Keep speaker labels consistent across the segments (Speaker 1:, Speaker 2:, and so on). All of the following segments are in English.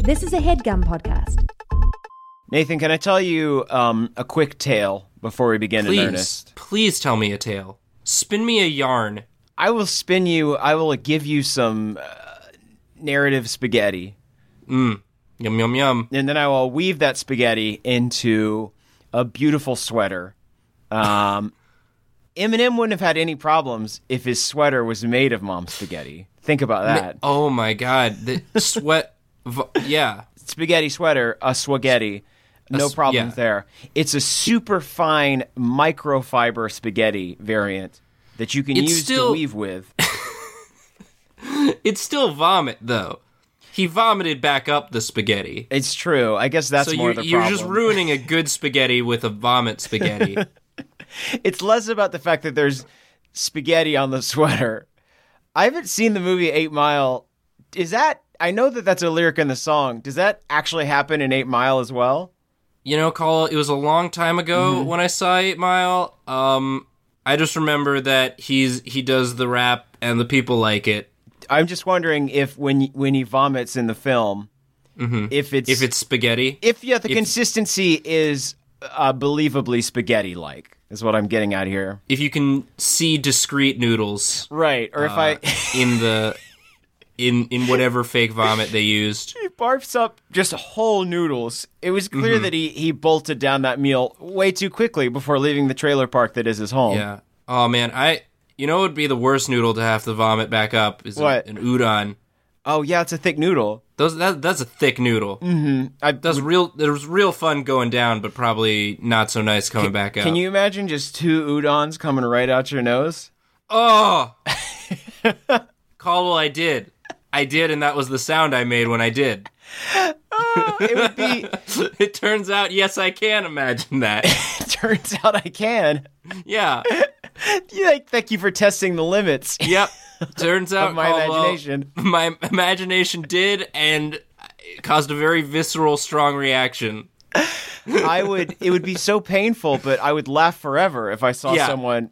Speaker 1: This is a headgum podcast.
Speaker 2: Nathan, can I tell you um, a quick tale before we begin in
Speaker 3: Please,
Speaker 2: earnest?
Speaker 3: please tell me a tale. Spin me a yarn.
Speaker 2: I will spin you, I will give you some uh, narrative spaghetti,
Speaker 3: Yum yum yum.
Speaker 2: and then I will weave that spaghetti into a beautiful sweater. Um, Eminem wouldn't have had any problems if his sweater was made of mom's spaghetti. Think about that.
Speaker 3: Oh my god, the sweat. vo- yeah,
Speaker 2: spaghetti sweater, a spaghetti. No
Speaker 3: s-
Speaker 2: problems
Speaker 3: yeah.
Speaker 2: there. It's a super fine microfiber spaghetti variant that you can
Speaker 3: It's
Speaker 2: use to
Speaker 3: still-
Speaker 2: weave with.
Speaker 3: it's still vomit though. He vomited back up the spaghetti.
Speaker 2: It's true. I guess that's
Speaker 3: so
Speaker 2: more
Speaker 3: you're,
Speaker 2: the
Speaker 3: you're
Speaker 2: problem.
Speaker 3: just ruining a good spaghetti with a vomit spaghetti.
Speaker 2: it's less about the fact that there's spaghetti on the sweater. I haven't seen the movie Eight Mile. Is that? I know that that's a lyric in the song. Does that actually happen in Eight Mile as well?
Speaker 3: you know, Call. It was a long time ago
Speaker 2: Mm-hmm.
Speaker 3: when I saw Eight Mile. Um, I just remember that he's he does the rap and the people like it.
Speaker 2: I'm just wondering if when when he vomits in the film, Mm-hmm. if it's
Speaker 3: If it's spaghetti,
Speaker 2: if yeah, the consistency is uh, believably spaghetti like is what I'm getting at here.
Speaker 3: if you can see discrete noodles
Speaker 2: Right. Or if I
Speaker 3: in the in in whatever fake vomit they used.
Speaker 2: he barfs up just whole noodles, it was clear
Speaker 3: Mm-hmm.
Speaker 2: that he he bolted down that meal way too quickly before leaving the trailer park that is his home.
Speaker 3: Yeah. Oh man, I you know it would be the worst noodle to have to vomit back up is a-
Speaker 2: What?
Speaker 3: an udon.
Speaker 2: Oh yeah, it's a thick noodle.
Speaker 3: Those that that's a thick noodle.
Speaker 2: Mm.
Speaker 3: Mm-hmm.
Speaker 2: I-
Speaker 3: that's real. There's real fun going down, but probably not so nice coming back up.
Speaker 2: Can you imagine just two udons coming right out your nose?
Speaker 3: Oh, Caldwell, I did. I did, and that was the sound I made when I did.
Speaker 2: It would be.
Speaker 3: It turns out, yes, I can imagine that.
Speaker 2: turns out I can.
Speaker 3: Yeah.
Speaker 2: Yeah, thank you for testing the limits
Speaker 3: Yep. Turns out
Speaker 2: of my
Speaker 3: Caldwell-
Speaker 2: imagination.
Speaker 3: my imagination did and it caused a very visceral strong reaction
Speaker 2: I would it would be so painful, but I would laugh forever if I saw
Speaker 3: Yeah.
Speaker 2: someone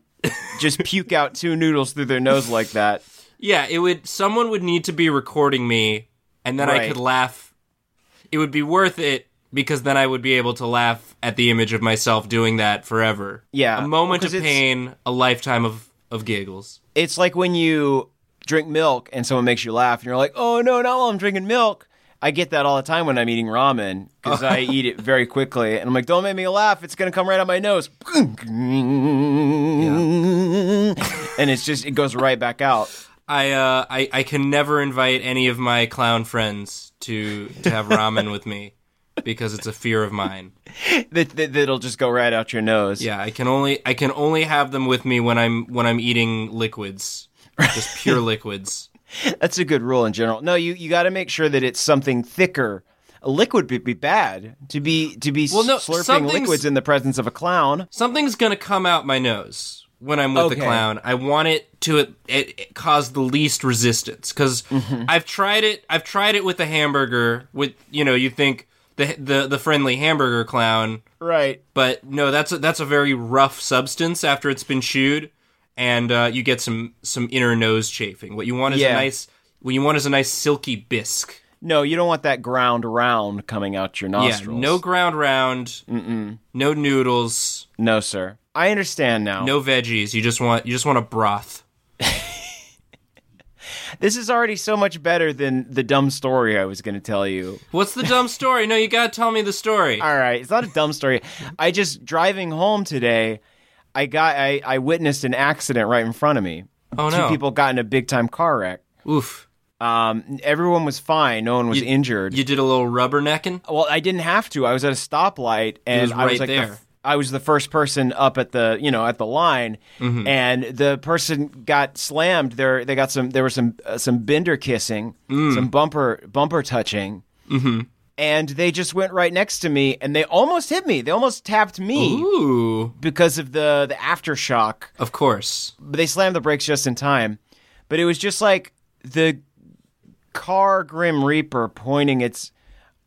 Speaker 2: just puke out two noodles through their nose like that.
Speaker 3: yeah it would someone would need to be recording me and then i
Speaker 2: Right.
Speaker 3: could laugh it would be worth it because then i would be able to laugh at the image of myself doing that forever
Speaker 2: Yeah,
Speaker 3: a moment
Speaker 2: because
Speaker 3: of
Speaker 2: it's-
Speaker 3: pain a lifetime of of giggles
Speaker 2: It's like when you drink milk and someone makes you laugh and you're like, "Oh no, not while I'm drinking milk." I get that all the time when I'm eating ramen because I eat it very quickly and I'm like, "Don't make me laugh. It's going to come right out my nose." And it's just it goes right back out.
Speaker 3: I, uh, I I can never invite any of my clown friends to to have ramen with me because it's a fear of mine.
Speaker 2: That, that, that'll just go right out your nose.
Speaker 3: Yeah, I can only I can only have them with me when I'm when I'm eating liquids, just pure liquids.
Speaker 2: That's a good rule in general. No, you you got to make sure that it's something thicker. A liquid would be bad to be to be
Speaker 3: Well, no,
Speaker 2: slurping
Speaker 3: something's-
Speaker 2: liquids in the presence of a clown.
Speaker 3: Something's gonna come out my nose when I'm with
Speaker 2: Okay.
Speaker 3: the clown. I want it to it, it, it cause the least resistance because
Speaker 2: Mm-hmm.
Speaker 3: I've tried it. I've tried it with a hamburger. With you know, you think the the the friendly hamburger clown,
Speaker 2: Right.
Speaker 3: but no, that's a, that's a very rough substance after it's been chewed, and uh, you get some some inner nose chafing. What you want is
Speaker 2: Yeah.
Speaker 3: a nice what you want is a nice silky bisque.
Speaker 2: No, you don't want that ground round coming out your
Speaker 3: Yeah,
Speaker 2: nostrils.
Speaker 3: no ground round, no noodles,
Speaker 2: no, sir. I understand now.
Speaker 3: no veggies. You just want you just want a broth.
Speaker 2: This is already so much better than the dumb story I was going to tell you.
Speaker 3: What's the dumb story? No, you gotta tell me the story.
Speaker 2: All right, it's not a dumb story. I just driving home today, I got I, I witnessed an accident right in front of me.
Speaker 3: Oh
Speaker 2: Two
Speaker 3: no!
Speaker 2: people got in a big time car wreck.
Speaker 3: Oof!
Speaker 2: Um, everyone was fine. No one was injured.
Speaker 3: You did a little rubbernecking.
Speaker 2: well, I didn't have to. I was at a stoplight, and
Speaker 3: was
Speaker 2: I was
Speaker 3: right
Speaker 2: like, the
Speaker 3: there.
Speaker 2: f- I was the first person up at the you know at the line,
Speaker 3: Mm-hmm.
Speaker 2: and the person got slammed. There, they got some. There was some uh, some bender kissing,
Speaker 3: Mm.
Speaker 2: some bumper bumper touching. Mm-hmm. And they just went right next to me, and they almost hit me. They almost tapped me
Speaker 3: Ooh!
Speaker 2: because of the the aftershock
Speaker 3: Of course.
Speaker 2: but they slammed the brakes just in time. But it was just like the car Grim Reaper pointing its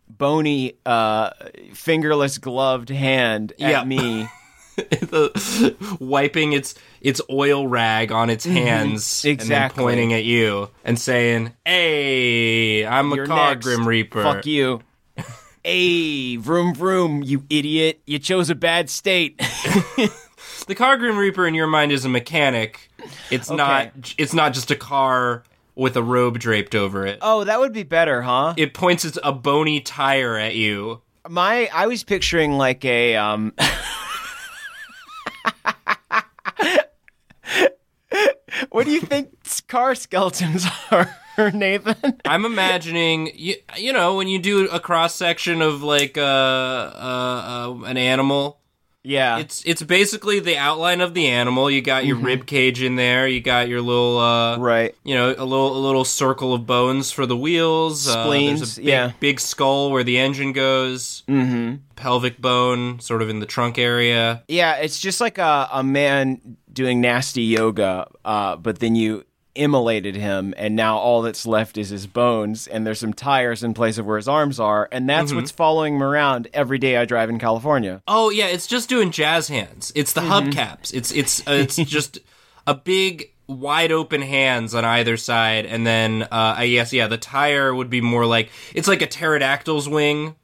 Speaker 2: bony, uh, fingerless, gloved hand at
Speaker 3: Yeah.
Speaker 2: me
Speaker 3: the, wiping its its oil rag on its hands, and
Speaker 2: Mm-hmm. Exactly.
Speaker 3: then pointing at you and saying, "Hey, I'm a
Speaker 2: You're
Speaker 3: car
Speaker 2: next.
Speaker 3: grim reaper."
Speaker 2: Fuck you. Hey, vroom vroom, you idiot! You chose a bad state.
Speaker 3: The car grim reaper in your mind is a mechanic. It's not. It's not just a car with a robe draped over it.
Speaker 2: oh, that would be better, huh?
Speaker 3: It points its a bony tire at you.
Speaker 2: My, I was picturing like a um. what do you think car skeletons are, Nathan?
Speaker 3: I'm imagining you, you know when you do a cross section of like uh, uh, uh, an animal.
Speaker 2: Yeah,
Speaker 3: It's it's basically the outline of the animal. You got your rib cage in there. You got your little uh,
Speaker 2: Mm-hmm. right.
Speaker 3: You know, a little a little circle of bones for the wheels. Uh,
Speaker 2: Spleens,
Speaker 3: there's a big,
Speaker 2: yeah.
Speaker 3: big skull where the engine goes. Mm-hmm. Pelvic bone, sort of in the trunk area.
Speaker 2: Yeah, it's just like a, a man doing nasty yoga, uh, but then you immolated him, and now all that's left is his bones, and there's some tires in place of where his arms are, and that's what's following him around every day I drive in California.
Speaker 3: Oh yeah, it's just doing jazz hands. It's the
Speaker 2: Mm-hmm.
Speaker 3: hubcaps. It's it's uh, it's just a big wide open hands on either side, and then uh, I guess yeah, the tire would be more like it's like a pterodactyl's wing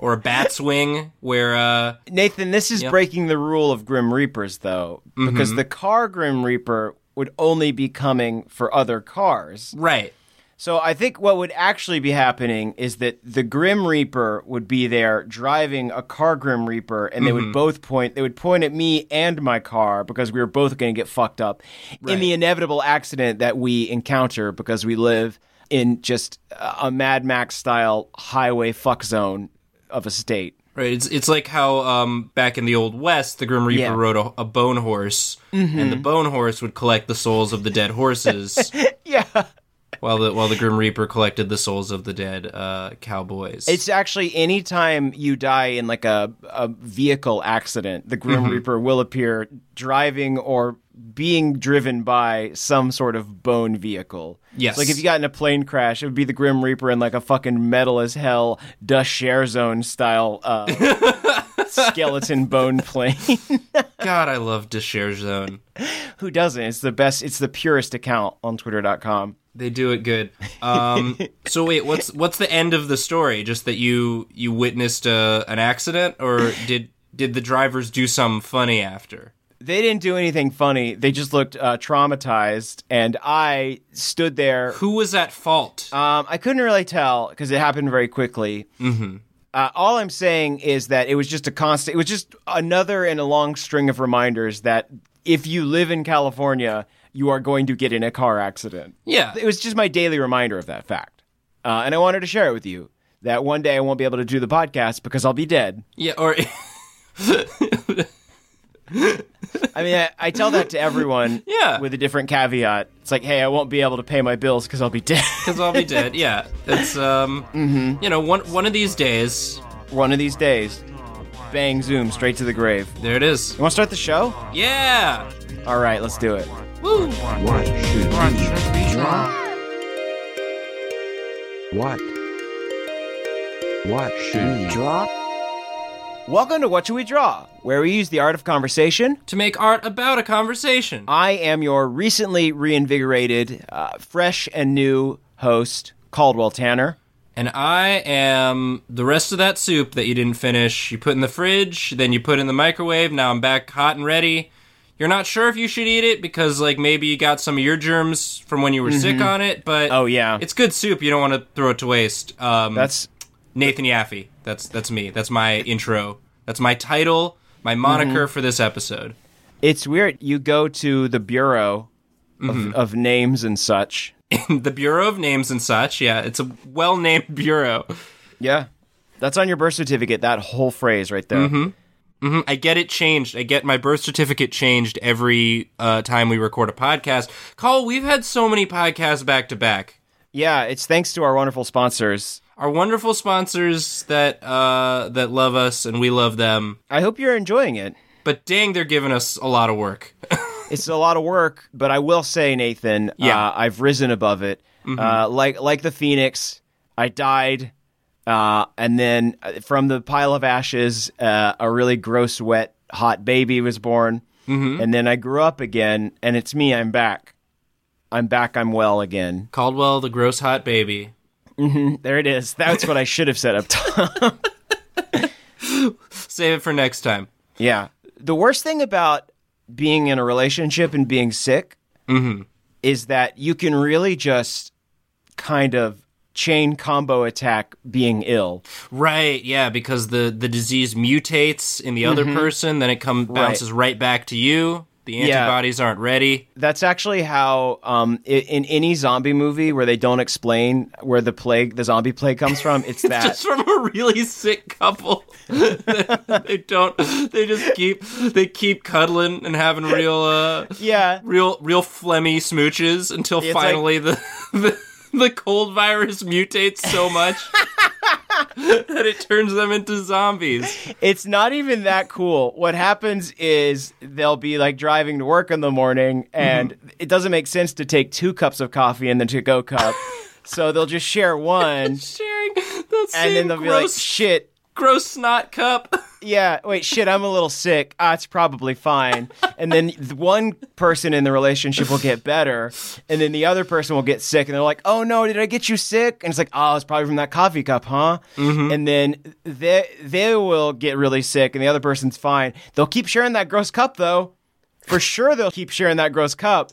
Speaker 3: or a bat's wing, where uh,
Speaker 2: Nathan, this is breaking the rule of Grim Reapers, though, because the car Grim Reaper would only be coming for other cars.
Speaker 3: right.
Speaker 2: So I think what would actually be happening is that the Grim Reaper would be there driving a car Grim Reaper, and they would both point. They would point at me and my car because we were both going to get fucked up in the inevitable accident that we encounter because we live in just a Mad Max style highway fuck zone of a state.
Speaker 3: Right, it's it's like how um, back in the old West, the Grim Reaper
Speaker 2: Yeah. Mm-hmm.
Speaker 3: rode a, a bone horse, and the bone horse would collect the souls of the dead horses,
Speaker 2: Yeah.
Speaker 3: while the while the Grim Reaper collected the souls of the dead uh, cowboys.
Speaker 2: It's actually any time you die in like a, a vehicle accident, the Grim Reaper will appear driving or being driven by some sort of bone vehicle.
Speaker 3: Yes.
Speaker 2: Like if you got in a plane crash, it would be the Grim Reaper in like a fucking metal as hell dust share zone style uh, skeleton bone plane.
Speaker 3: God, I love Deshare Zone.
Speaker 2: Who doesn't? It's the best it's the purest account on twitter.com.
Speaker 3: They do it good. Um, so wait, what's what's the end of the story? Just that you you witnessed a, an accident, or did did the drivers do something funny after?
Speaker 2: They didn't do anything funny. They just looked uh, traumatized and I stood there
Speaker 3: Who was at fault?
Speaker 2: Um, I couldn't really tell because it happened very quickly. Mm-hmm. Uh, all I'm saying is that it was just a constant. It was just another in a long string of reminders that if you live in California, you are going to get in a car accident.
Speaker 3: yeah,
Speaker 2: It was just my daily reminder of that fact, uh, and I wanted to share it with you that one day I won't be able to do the podcast because I'll be dead.
Speaker 3: yeah, or
Speaker 2: I mean, I, I tell that to everyone.
Speaker 3: Yeah.
Speaker 2: With a different caveat. It's like, hey, I won't be able to pay my bills because I'll be dead.
Speaker 3: because I'll be dead. Yeah, it's um, you know, one one of these days.
Speaker 2: one of these days, bang, zoom, straight to the grave.
Speaker 3: There it is.
Speaker 2: You want to start the show?
Speaker 3: Yeah.
Speaker 2: All right, let's do it.
Speaker 3: Woo.
Speaker 4: What should be wrong? What? What should be drop?
Speaker 2: Welcome to What Should We Draw, where we use the art of conversation.
Speaker 3: To make art about a conversation.
Speaker 2: I am your recently reinvigorated, uh, fresh and new host, Caldwell Tanner.
Speaker 3: And I am the rest of that soup that you didn't finish. You put in the fridge, then you put in the microwave. Now I'm back hot and ready. You're not sure if you should eat it because, like, maybe you got some of your germs from when you were sick on it. But
Speaker 2: Oh, yeah.
Speaker 3: it's good soup. You don't want to throw it to waste. Um,
Speaker 2: That's
Speaker 3: Nathan Yaffe. That's that's me. That's my intro. That's my title. My moniker
Speaker 2: Mm-hmm.
Speaker 3: for this episode.
Speaker 2: it's weird. You go to the bureau of, of names and such.
Speaker 3: the Bureau of Names and such. Yeah, it's a well named bureau.
Speaker 2: Yeah, that's on your birth certificate. That whole phrase right there.
Speaker 3: Mhm, I get it changed. I get my birth certificate changed every uh, time we record a podcast. Call, we've had so many podcasts back to back.
Speaker 2: Yeah, it's thanks to our wonderful sponsors.
Speaker 3: Our wonderful sponsors that uh, that love us and we love them.
Speaker 2: I hope you're enjoying it.
Speaker 3: But dang, they're giving us a lot of work.
Speaker 2: it's a lot of work, but I will say, Nathan,
Speaker 3: Yeah.
Speaker 2: uh, I've risen above it. Uh, like like the phoenix, I died, uh, and then uh, from the pile of ashes, uh, a really gross, wet hot baby was born, and then I grew up again, and it's me. I'm back. I'm back. I'm well again.
Speaker 3: Caldwell, the gross hot baby.
Speaker 2: There it is. That's what I should have said up top.
Speaker 3: Save it for next time.
Speaker 2: Yeah. The worst thing about being in a relationship and being sick Mm-hmm. is that you can really just kind of chain combo attack being ill.
Speaker 3: Right, yeah, because the the disease mutates in the other person, then it come bounces right. back to you. The
Speaker 2: Yeah.
Speaker 3: antibodies aren't ready.
Speaker 2: That's actually how um, i- in any zombie movie where they don't explain where the plague, the zombie plague comes from, it's that.
Speaker 3: It's from a really sick couple. they don't. They just keep. They keep cuddling and having real, uh,
Speaker 2: yeah.
Speaker 3: real, real phlegmy smooches until
Speaker 2: like-
Speaker 3: finally the, the the cold virus mutates so much that it turns them into zombies.
Speaker 2: It's not even that cool. What happens is they'll be like driving to work in the morning, and it doesn't make sense to take two cups of coffee in the to go cup. so they'll just share one,
Speaker 3: Sharing the
Speaker 2: and
Speaker 3: same
Speaker 2: then they'll be like,
Speaker 3: gross,
Speaker 2: shit.
Speaker 3: gross snot cup.
Speaker 2: Yeah, wait, shit, I'm a little sick. Ah, it's probably fine. And then th- one person in the relationship will get better, and then the other person will get sick, and they're like, oh no, did I get you sick? And it's like, oh, it's probably from that coffee cup, huh? And then they, they will get really sick, and the other person's fine. They'll keep sharing that gross cup, though. For sure, they'll keep sharing that gross cup.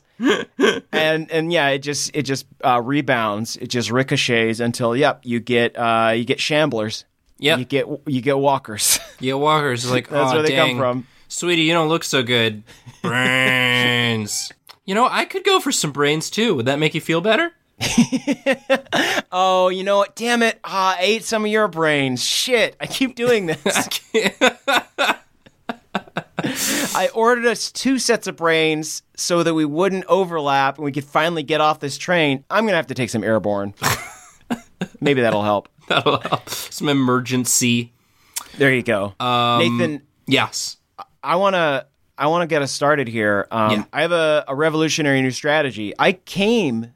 Speaker 2: and and yeah, it just it just uh, rebounds, it just ricochets until yep, you get uh, you get shamblers,
Speaker 3: Yep.
Speaker 2: you get you get walkers.
Speaker 3: Yeah, Walker's is like,
Speaker 2: That's
Speaker 3: "Aw,
Speaker 2: where they come
Speaker 3: dang.
Speaker 2: from."
Speaker 3: Sweetie, you don't look so good. Brains. you know, I could go for some brains too. Would that make you feel better?
Speaker 2: Oh, you know what? Damn it. Ah, I ate some of your brains. Shit. I keep doing this. I ordered us two sets of brains so that we wouldn't overlap and we could finally get off this train. I'm going to have to take some airborne. Maybe that'll help.
Speaker 3: That'll help. Some emergency.
Speaker 2: There you go. Nathan,
Speaker 3: Yes.
Speaker 2: I want to I want to get us started here. Um,
Speaker 3: Yeah.
Speaker 2: I have a, a revolutionary new strategy. I came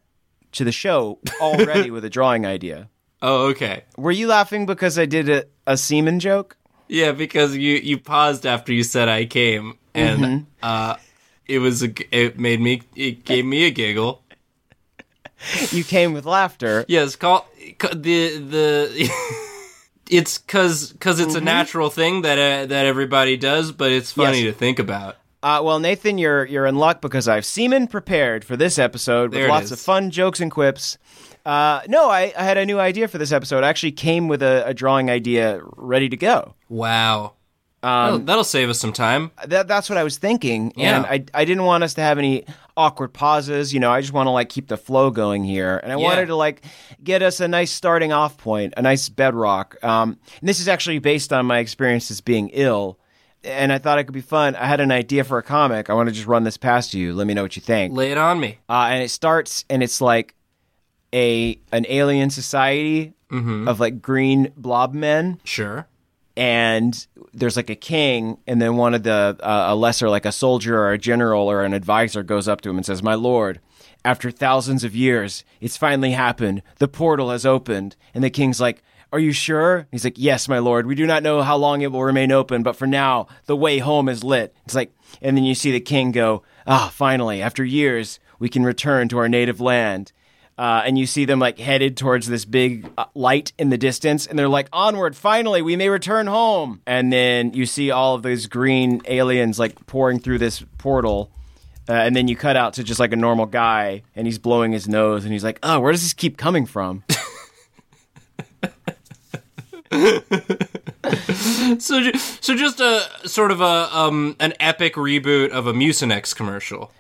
Speaker 2: to the show already with a drawing idea.
Speaker 3: Oh, okay.
Speaker 2: Were you laughing because I did a, a semen joke?
Speaker 3: Yeah, because you you paused after you said I came, and
Speaker 2: Mm-hmm.
Speaker 3: uh, it was a g it made me it gave me a giggle.
Speaker 2: You came with laughter.
Speaker 3: Yes, call ca- the the. It's cause, cause
Speaker 2: Mm-hmm.
Speaker 3: it's a natural thing that uh, that everybody does, but it's funny
Speaker 2: Yes.
Speaker 3: to think about.
Speaker 2: Uh, well, Nathan, you're you're in luck because I've semen prepared for this episode
Speaker 3: There
Speaker 2: with
Speaker 3: it
Speaker 2: lots
Speaker 3: is.
Speaker 2: of fun jokes and quips. Uh, no, I, I had a new idea for this episode. I actually came with a, a drawing idea ready to go.
Speaker 3: Wow. that'll, that'll save us some time.
Speaker 2: That, that's what I was thinking,
Speaker 3: Yeah.
Speaker 2: and I I didn't want us to have any awkward pauses. You know, I just want to like keep the flow going here, and I wanted to like get us a nice starting off point, a nice bedrock. Um, and this is actually based on my experiences being ill, and I thought it could be fun. I had an idea for a comic. I want to just run this past you. Let me know what you think.
Speaker 3: Lay it on me.
Speaker 2: uh, and it starts and it's like a an alien society of like green blob men
Speaker 3: Sure.
Speaker 2: and there's like a king and then one of the uh, a lesser like a soldier or a general or an advisor goes up to him and says my lord after thousands of years it's finally happened the portal has opened and the king's like are you sure? He's like, "Yes, my lord. We do not know how long it will remain open, but for now, the way home is lit." It's like, and then you see the king go, "Ah, finally! After years, we can return to our native land." uh, and you see them like headed towards this big uh, light in the distance, and they're like, "Onward! Finally, we may return home." And then you see all of those green aliens like pouring through this portal, uh, and then you cut out to just like a normal guy, and he's blowing his nose, and he's like, "Oh, where does this keep coming from?"
Speaker 3: So, ju- so just a sort of a um an epic reboot of a Mucinex commercial.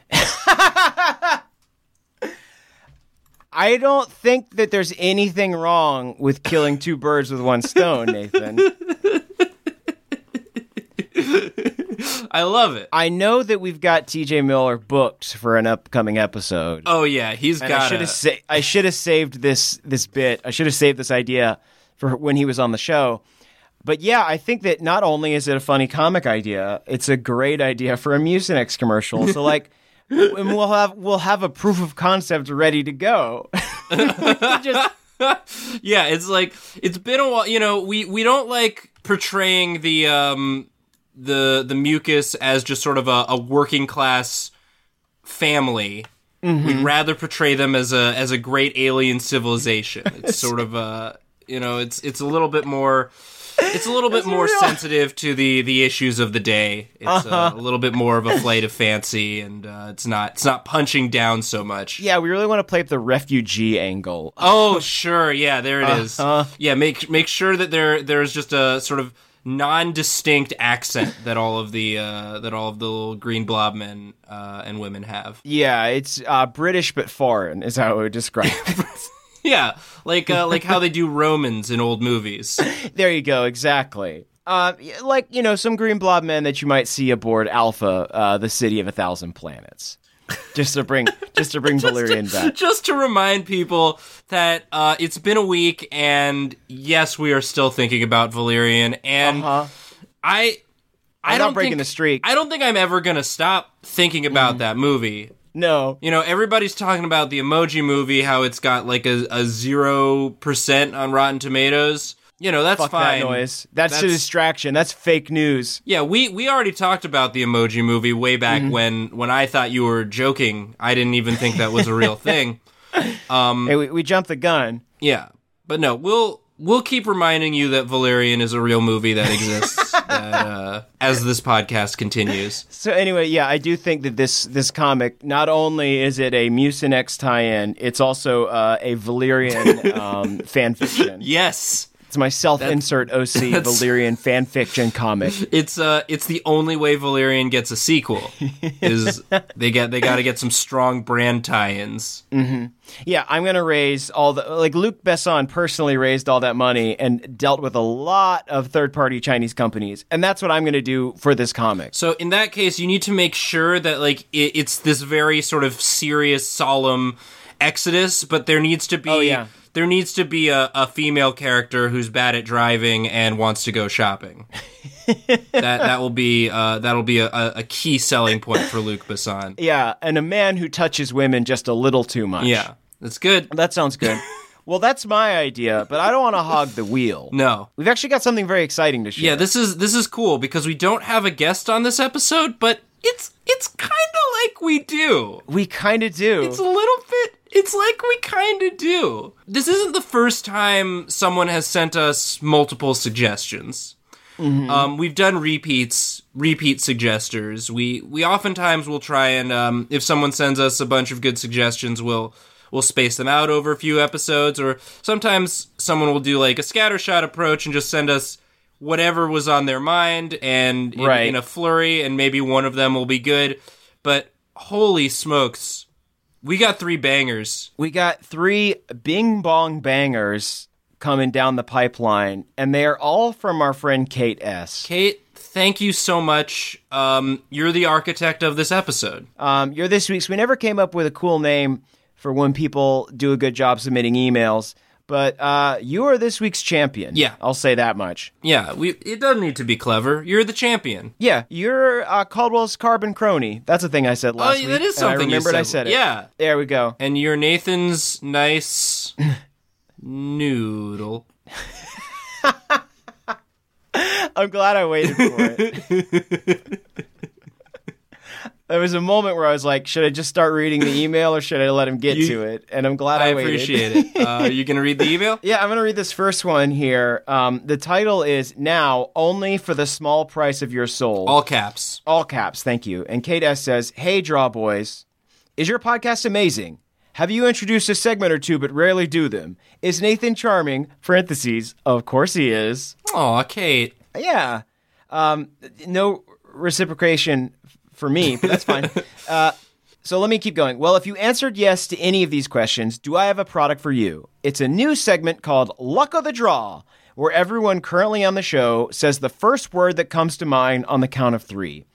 Speaker 2: I don't think that there's anything wrong with killing two birds with one stone, Nathan.
Speaker 3: I love it.
Speaker 2: I know that we've got T.J. Miller booked for an upcoming episode.
Speaker 3: oh yeah, he's
Speaker 2: And I
Speaker 3: got
Speaker 2: should have
Speaker 3: it.
Speaker 2: sa- I should have saved this this bit. I should have saved this idea for when he was on the show. But yeah, I think that not only is it a funny comic idea, it's a great idea for a Mucinex commercial. So like, and we'll have we'll have a proof of concept ready to go.
Speaker 3: Yeah, it's like it's been a while. You know, we we don't like portraying the um the the mucus as just sort of a, a working class family. We'd rather portray them as a as a great alien civilization. It's sort of a you know it's it's a little bit more it's a little bit more sensitive to the the issues of the day. It's uh a little bit more of a flight of fancy, and uh, it's not it's not punching down so much.
Speaker 2: Yeah, we really want to play up the refugee angle. Uh,
Speaker 3: Oh, sure. Yeah, there it is.
Speaker 2: Uh-huh.
Speaker 3: Yeah, make make sure that there there's just a sort of non-distinct accent that all of the uh, that all of the little green blob men uh, and women have.
Speaker 2: Yeah, it's uh, British but foreign is how I would describe it.
Speaker 3: Yeah, like uh, like how they do Romans in old movies.
Speaker 2: there you go, exactly. Uh, like you know, some green blob men that you might see aboard Alpha, uh, the city of a thousand planets. Just to bring, just to bring Valerian back.
Speaker 3: Just to remind people that uh, it's been a week, and yes, we are still thinking about Valerian. And I, I
Speaker 2: Uh-huh. I'm not
Speaker 3: don't
Speaker 2: breaking
Speaker 3: think-
Speaker 2: the streak. Mm.
Speaker 3: I don't think I'm ever gonna stop thinking about that movie.
Speaker 2: No,
Speaker 3: You know, everybody's talking about the Emoji Movie, how it's got like a zero percent on Rotten Tomatoes. You know, that's
Speaker 2: fuck
Speaker 3: fine.
Speaker 2: that noise. That's, a
Speaker 3: That's-
Speaker 2: distraction. That's fake news.
Speaker 3: Yeah, we we already talked about the Emoji Movie way back
Speaker 2: Mm-hmm.
Speaker 3: when. When I thought you were joking, I didn't even think that was a real thing. Mm.
Speaker 2: Hey, we, we jumped the gun.
Speaker 3: Yeah, but no, we'll we'll keep reminding you that Valerian is a real movie that exists that, uh, as this podcast continues.
Speaker 2: So anyway, yeah, I do think that this this comic not only is it a Mucinex tie-in, it's also uh, a Valyrian um, fan fiction.
Speaker 3: Yes,
Speaker 2: It's my self-insert OC
Speaker 3: that's-
Speaker 2: Valyrian fan fiction comic.
Speaker 3: it's uh it's the only way Valerian gets a sequel is they get they got to get some strong brand tie-ins.
Speaker 2: Yeah, I'm gonna raise all the like Luc Besson personally raised all that money and dealt with a lot of third-party Chinese companies, and that's what I'm gonna do for this comic.
Speaker 3: So in that case, you need to make sure that like it, it's this very sort of serious, solemn exodus, but there needs to be
Speaker 2: Oh, yeah.
Speaker 3: there needs to be a, a female character who's bad at driving and wants to go shopping. that that will be uh, that'll be a, a a key selling point for Luke Besson.
Speaker 2: Yeah, and a man who touches women just a little too much.
Speaker 3: Yeah, that's good.
Speaker 2: that sounds good. well, that's my idea, but I don't want to hog the wheel.
Speaker 3: No.
Speaker 2: We've actually got something very exciting to share.
Speaker 3: Yeah, this is this is cool because we don't have a guest on this episode, but it's it's kind of like we do.
Speaker 2: we kind of do.
Speaker 3: It's a little bit. It's like we kind of do. This isn't the first time someone has sent us multiple suggestions. Um, we've done repeats, repeat suggesters. We we oftentimes will try and um, if someone sends us a bunch of good suggestions, we'll we'll space them out over a few episodes, or sometimes someone will do like a scattershot approach and just send us whatever was on their mind and in,
Speaker 2: Right.
Speaker 3: in a flurry, and maybe one of them will be good. But holy smokes, we got three bangers.
Speaker 2: we got three bing bong bangers coming down the pipeline, and they are all from our friend Kate S.
Speaker 3: Kate, thank you so much. Um, you're the architect of this episode.
Speaker 2: Um, you're this week's. We never came up with a cool name for when people do a good job submitting emails, but uh, you are this week's champion.
Speaker 3: Yeah.
Speaker 2: I'll say that much.
Speaker 3: Yeah, we. It doesn't need to be clever. You're the champion.
Speaker 2: Yeah, you're uh, Caldwell's carbon crony. That's a thing I said last
Speaker 3: Oh, yeah,
Speaker 2: week.
Speaker 3: that is
Speaker 2: and I
Speaker 3: something you
Speaker 2: remembered I
Speaker 3: said.
Speaker 2: said it.
Speaker 3: Yeah.
Speaker 2: There we go.
Speaker 3: And you're Nathan's nice noodle.
Speaker 2: I'm glad I waited for it. there was a moment where I was like, should I just start reading the email or should I let him get
Speaker 3: You-
Speaker 2: to it? And I'm glad I,
Speaker 3: I
Speaker 2: waited.
Speaker 3: appreciate it. Uh, are you gonna read the email?
Speaker 2: Yeah, I'm going to read this first one here. Um, the title is Now Only for the Small Price of Your Soul.
Speaker 3: All caps.
Speaker 2: All caps, thank you. And Kate S says, Hey, Draw Boys, is your podcast amazing? Have you introduced a segment or two but rarely do them? Is Nathan charming? Parentheses, of course he is.
Speaker 3: Aw, Kate.
Speaker 2: Yeah. Um, no reciprocation f- for me, but that's fine. uh, so let me keep going. Well, if you answered yes to any of these questions, do I have a product for you? It's a new segment called Luck of the Draw, where everyone currently on the show says the first word that comes to mind on the count of three.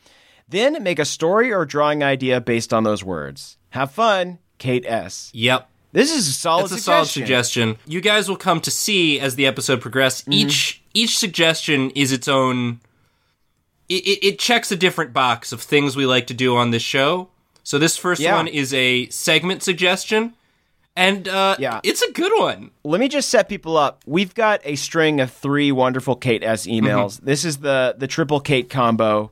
Speaker 2: Then make a story or drawing idea based on those words. Have fun, Kate S.
Speaker 3: Yep.
Speaker 2: This is a solid
Speaker 3: That's a solid suggestion. You guys will come to see as the episode progresses.
Speaker 2: Mm-hmm.
Speaker 3: Each each suggestion is its own. It, it, it checks a different box of things we like to do on this show. So this first
Speaker 2: Yeah.
Speaker 3: one is a segment suggestion, and uh,
Speaker 2: Yeah.
Speaker 3: it's a good one.
Speaker 2: Let me just set people up. We've got a string of three wonderful Kate S emails.
Speaker 3: Mm-hmm.
Speaker 2: This is the the triple Kate combo.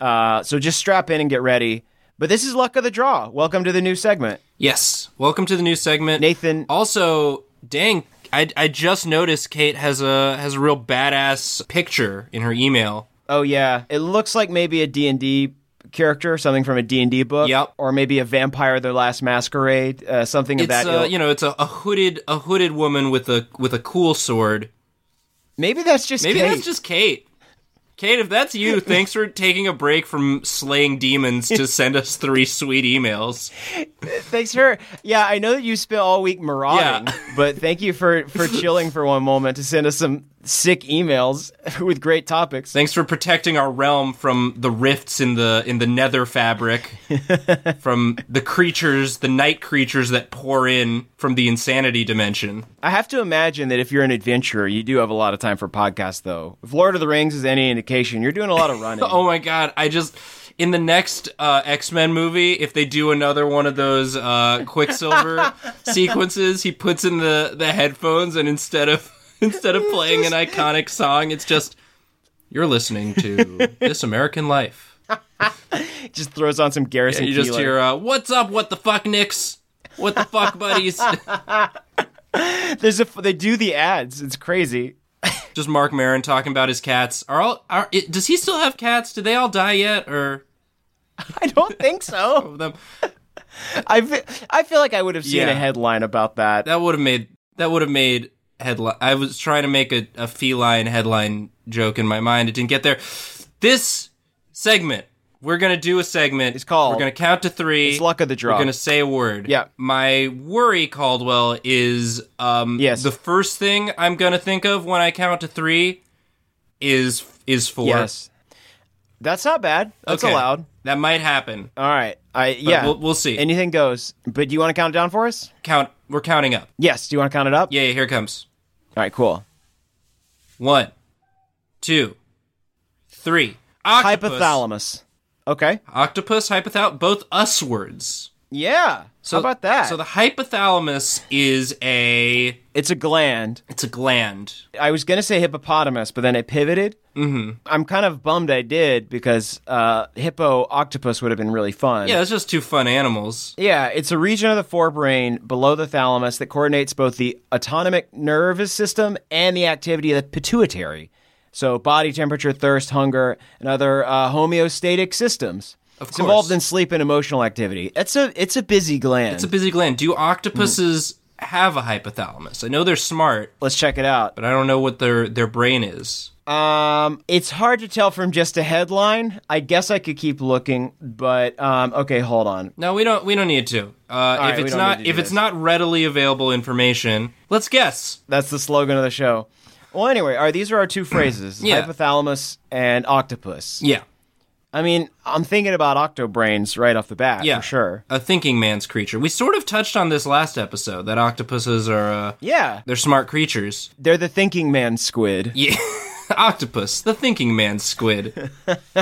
Speaker 2: Uh, so just strap in and get ready. But this is luck of the draw. Welcome to the new segment.
Speaker 3: Yes. Welcome to the new segment,
Speaker 2: Nathan-
Speaker 3: Oh. Also, dang, I, I just noticed Kate has a has a real badass picture in her email.
Speaker 2: Oh yeah, it looks like maybe a D and D character, something from a D and D book.
Speaker 3: Yep.
Speaker 2: Or maybe a vampire, their last masquerade, uh, something of
Speaker 3: It's
Speaker 2: that.
Speaker 3: uh,
Speaker 2: ilk.
Speaker 3: you know, it's a, a hooded a hooded woman with a with a cool sword.
Speaker 2: maybe that's just
Speaker 3: Maybe
Speaker 2: Kate.
Speaker 3: that's just Kate. Kate, if that's you, thanks for taking a break from slaying demons to send us three sweet emails.
Speaker 2: Thanks for yeah. I know that you spent all week marauding,
Speaker 3: Yeah.
Speaker 2: but thank you for for chilling for one moment to send us some sick emails with great topics.
Speaker 3: Thanks for protecting our realm from the rifts in the in the nether fabric, from the creatures, the night creatures that pour in from the insanity dimension.
Speaker 2: I have to imagine that if you're an adventurer, you do have a lot of time for podcasts, though. If Lord of the Rings is any indication, you're doing a lot of running.
Speaker 3: Oh my god, I just in the next uh, X-Men movie, if they do another one of those uh, Quicksilver sequences, he puts in the the headphones and instead of instead of playing an iconic song, it's just you're listening to This American Life.
Speaker 2: just throws on some Garrison.
Speaker 3: And you just
Speaker 2: Keillor.
Speaker 3: hear uh, what's up, what the fuck nicks? What the fuck buddies?
Speaker 2: There's a, they do the ads. It's crazy.
Speaker 3: just Mark Maron talking about his cats. Are all are it, does he still have cats? Did they all die yet or
Speaker 2: I don't think so.
Speaker 3: of them?
Speaker 2: I fe- I feel like I would have seen
Speaker 3: Yeah.
Speaker 2: a headline about that.
Speaker 3: That would have made that would have made headline. I was trying to make a, a feline headline joke in my mind. It didn't get there. This segment, we're gonna do a segment.
Speaker 2: It's called-
Speaker 3: We're gonna count to three.
Speaker 2: It's luck of the draw.
Speaker 3: We're gonna say a word.
Speaker 2: Yeah.
Speaker 3: My worry, Caldwell, is um
Speaker 2: Yes.
Speaker 3: the first thing I'm gonna think of when I count to three is is four.
Speaker 2: Yes, that's not bad. That's
Speaker 3: Okay.
Speaker 2: allowed.
Speaker 3: That might happen.
Speaker 2: All right. I yeah.
Speaker 3: we'll- we'll see.
Speaker 2: Anything goes. But do you want to count it down for us?
Speaker 3: Count. We're counting up.
Speaker 2: Yes. Do you want to count it up?
Speaker 3: Yeah. yeah, Here it comes.
Speaker 2: All right. Cool.
Speaker 3: One, two, three. Octopus.
Speaker 2: Hypothalamus. Okay.
Speaker 3: Octopus, hypothalamus, both us words.
Speaker 2: Yeah. How about that?
Speaker 3: So the hypothalamus is a
Speaker 2: it's a gland.
Speaker 3: it's a gland.
Speaker 2: I was gonna say hippopotamus, but then I pivoted. Mm-hmm. I'm kind of bummed I did because uh, hippo octopus would have been really fun.
Speaker 3: Yeah, it's just two fun animals.
Speaker 2: Yeah, it's a region of the forebrain below the thalamus that coordinates both the autonomic nervous system and the activity of the pituitary. So, body temperature, thirst, hunger, and other uh, homeostatic systems.
Speaker 3: Of
Speaker 2: it's
Speaker 3: course.
Speaker 2: involved in sleep and emotional activity. It's a it's a busy gland.
Speaker 3: It's a busy gland. Do octopuses
Speaker 2: Hmm.
Speaker 3: have a hypothalamus? I know they're smart,
Speaker 2: Let's check it out.
Speaker 3: but I don't know what their their brain is.
Speaker 2: Um, it's hard to tell from just a headline. I guess I could keep looking, but um, okay, hold on.
Speaker 3: No, we don't we don't need to. Uh,
Speaker 2: right,
Speaker 3: if
Speaker 2: we
Speaker 3: it's
Speaker 2: don't
Speaker 3: not
Speaker 2: need to do
Speaker 3: if it's
Speaker 2: this.
Speaker 3: not readily available information, let's guess.
Speaker 2: That's the slogan of the show. Well, anyway, all right, these are our two phrases:
Speaker 3: Yeah.
Speaker 2: hypothalamus and octopus.
Speaker 3: Yeah.
Speaker 2: I mean, I'm thinking about octobrains right off the bat,
Speaker 3: Yeah.
Speaker 2: for sure.
Speaker 3: A thinking man's creature. We sort of touched on this last episode that octopuses are uh,
Speaker 2: Yeah,
Speaker 3: they're smart creatures.
Speaker 2: they're the thinking man squid.
Speaker 3: Yeah. Octopus, the thinking man squid.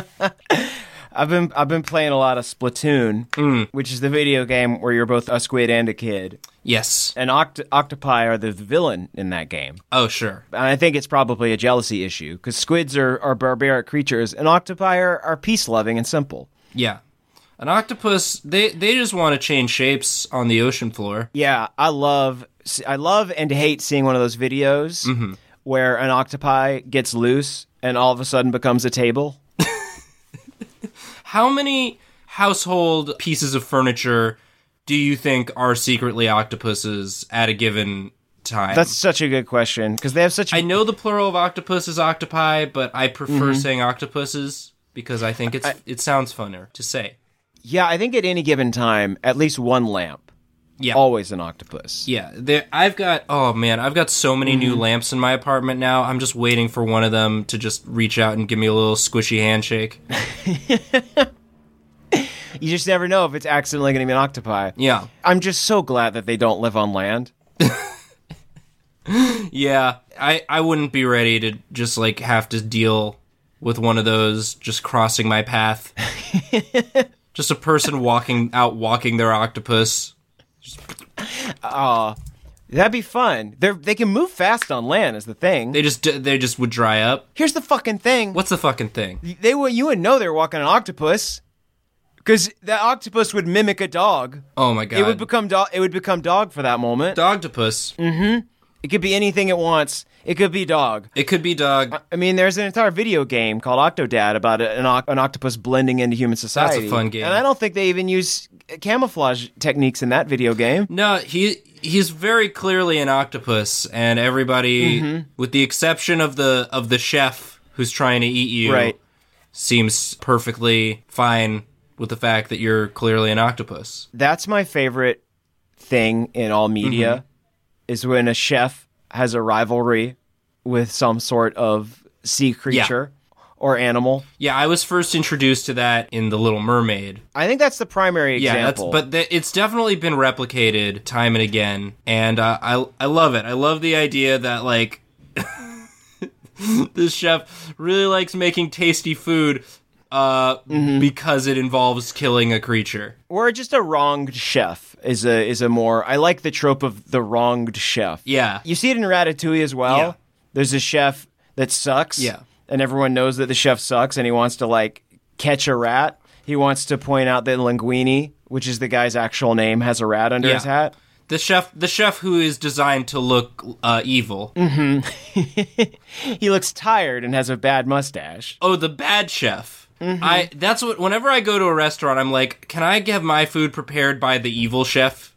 Speaker 2: I've been I've been playing a lot of Splatoon,
Speaker 3: Mm.
Speaker 2: which is the video game where you're both a squid and a kid.
Speaker 3: Yes.
Speaker 2: And oct- octopi are the villain in that game.
Speaker 3: Oh, sure.
Speaker 2: And I think it's probably a jealousy issue because squids are, are barbaric creatures and octopi are, are peace loving and simple.
Speaker 3: Yeah. An octopus, they, they just want to change shapes on the ocean floor.
Speaker 2: Yeah, I love I love and hate seeing one of those videos
Speaker 3: Mm-hmm.
Speaker 2: where an octopi gets loose and all of a sudden becomes a table.
Speaker 3: How many household pieces of furniture do you think are secretly octopuses at a given time?
Speaker 2: That's such a good question because they have such.
Speaker 3: I know the plural of octopus is octopi, but I prefer saying octopuses because I think it's it sounds funner to say.
Speaker 2: yeah, I think at any given time, at least one lamp,
Speaker 3: Yeah.
Speaker 2: always an octopus.
Speaker 3: Yeah, there. I've got. Oh man, I've got so many new lamps in my apartment now. I'm just waiting for one of them to just reach out and give me a little squishy handshake.
Speaker 2: You just never know if it's accidentally going to be an octopi.
Speaker 3: Yeah,
Speaker 2: I'm just so glad that they don't live on land.
Speaker 3: yeah. I I wouldn't be ready to just like have to deal with one of those just crossing my path. just a person walking out, walking their octopus. Just
Speaker 2: Oh, that'd be fun. They they can move fast on land is the thing.
Speaker 3: They just they just would dry up.
Speaker 2: Here's the fucking thing.
Speaker 3: What's the fucking thing?
Speaker 2: They would you would know they're walking an octopus because the octopus would mimic a dog.
Speaker 3: Oh my god.
Speaker 2: It would become Mm. dog. It would become dog for that moment.
Speaker 3: dogtopus.
Speaker 2: It could be anything it wants. It could be dog.
Speaker 3: It could be dog.
Speaker 2: I mean, there's an entire video game called Octodad about a, an, oc- an octopus blending into human society.
Speaker 3: fun game.
Speaker 2: And I don't think they even use camouflage techniques in that video game.
Speaker 3: No, he he's very clearly an octopus, and everybody,
Speaker 2: Mm-hmm.
Speaker 3: with the exception of the of the chef who's trying to eat you,
Speaker 2: Right.
Speaker 3: seems perfectly fine with the fact that you're clearly an octopus.
Speaker 2: That's my favorite thing in all media
Speaker 3: Mm-hmm.
Speaker 2: is when a chef has a rivalry with some sort of sea creature or animal.
Speaker 3: Yeah, I was first introduced to that in The Little Mermaid.
Speaker 2: I think that's the primary
Speaker 3: Yeah, that's,
Speaker 2: example.
Speaker 3: but th- it's definitely been replicated time and again, and uh, I I love it. I love the idea that like this chef really likes making tasty food uh, because it involves killing a creature.
Speaker 2: or just a wronged chef is a is a more I like the trope of the wronged chef.
Speaker 3: Yeah.
Speaker 2: You see it in Ratatouille as well.
Speaker 3: Yeah.
Speaker 2: There's a chef that sucks.
Speaker 3: Yeah.
Speaker 2: And everyone knows that the chef sucks and he wants to like catch a rat. He wants to point out that Linguini, which is the guy's actual name, has a rat under
Speaker 3: Yeah.
Speaker 2: his hat.
Speaker 3: The chef, the chef who is designed to look uh, evil.
Speaker 2: He looks tired and has a bad mustache.
Speaker 3: Oh, the bad chef. I that's what. Whenever I go to a restaurant, I'm like, can I get my food prepared by the evil chef?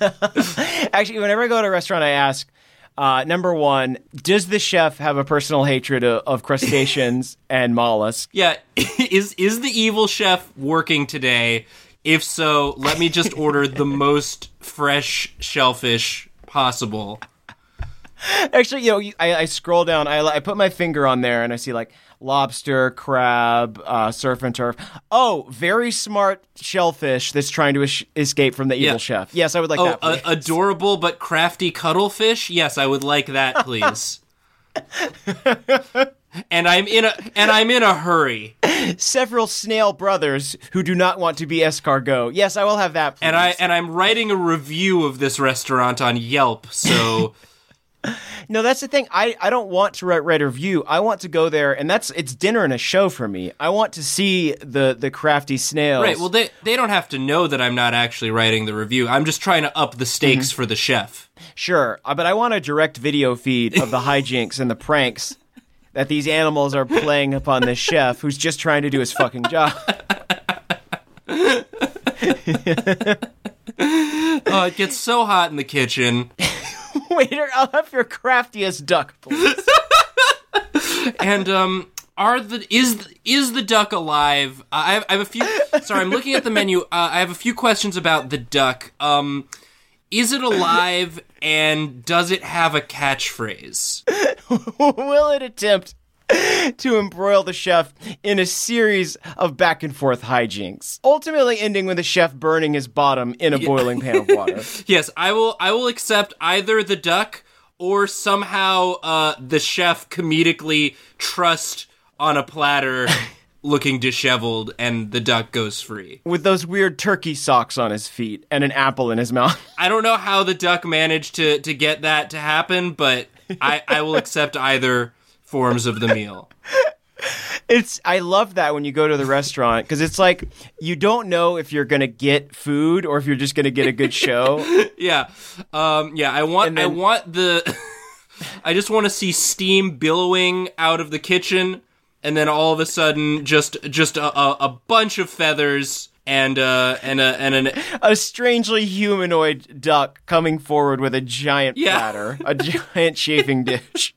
Speaker 2: Actually, whenever I go to a restaurant, I ask uh, number one, does the chef have a personal hatred of, of crustaceans and mollusks?
Speaker 3: Yeah, is is the evil chef working today? If so, let me just order the most fresh shellfish possible.
Speaker 2: Actually, you know, you- I, I scroll down. I, I put my finger on there, and I see like lobster, crab, uh, surf and turf. Oh, very smart shellfish that's trying to es- escape from the evil
Speaker 3: Yeah.
Speaker 2: chef. Yes, I would like
Speaker 3: Oh,
Speaker 2: that.
Speaker 3: a,
Speaker 2: please.
Speaker 3: adorable but crafty cuttlefish. Yes, I would like that, please. and I'm in a and I'm in a hurry.
Speaker 2: Several snail brothers who do not want to be escargot. Yes, I will have that. Please.
Speaker 3: And I and I'm writing a review of this restaurant on Yelp. So
Speaker 2: no, that's the thing. I, I don't want to write, write a review. I want to go there, and that's it's dinner and a show for me. I want to see the the crafty snails.
Speaker 3: right, well they they don't have to know that I'm not actually writing the review. I'm just trying to up the stakes for the chef.
Speaker 2: Sure, uh, but I want a direct video feed of the hijinks and the pranks that these animals are playing upon this chef who's just trying to do his fucking job.
Speaker 3: Oh, it gets so hot in the kitchen.
Speaker 2: Waiter, I'll have your craftiest duck, please.
Speaker 3: And um, are the is is the duck alive? I have, I have a few. Sorry, I'm looking at the menu. Uh, I have a few questions about the duck. Um, is it alive? And does it have a catchphrase?
Speaker 2: Will it attempt to embroil the chef in a series of back and forth hijinks, ultimately ending with the chef burning his bottom in a boiling pan of water?
Speaker 3: Yes, I will. I will accept either the duck or somehow uh, the chef comedically trust on a platter. Looking disheveled, and the duck goes free.
Speaker 2: With those weird turkey socks on his feet and an apple in his mouth.
Speaker 3: I don't know how the duck managed to to get that to happen, but I I will accept either forms of the meal.
Speaker 2: It's I love that when you go to the restaurant because it's like you don't know if you're gonna get food or if you're just gonna get a good show.
Speaker 3: Yeah, um, yeah. I want
Speaker 2: then-
Speaker 3: I want the. I just want to see steam billowing out of the kitchen, and then all of a sudden, just just a, a, a bunch of feathers and uh and a and an
Speaker 2: a strangely humanoid duck coming forward with a giant
Speaker 3: Yeah.
Speaker 2: platter, a giant chafing dish.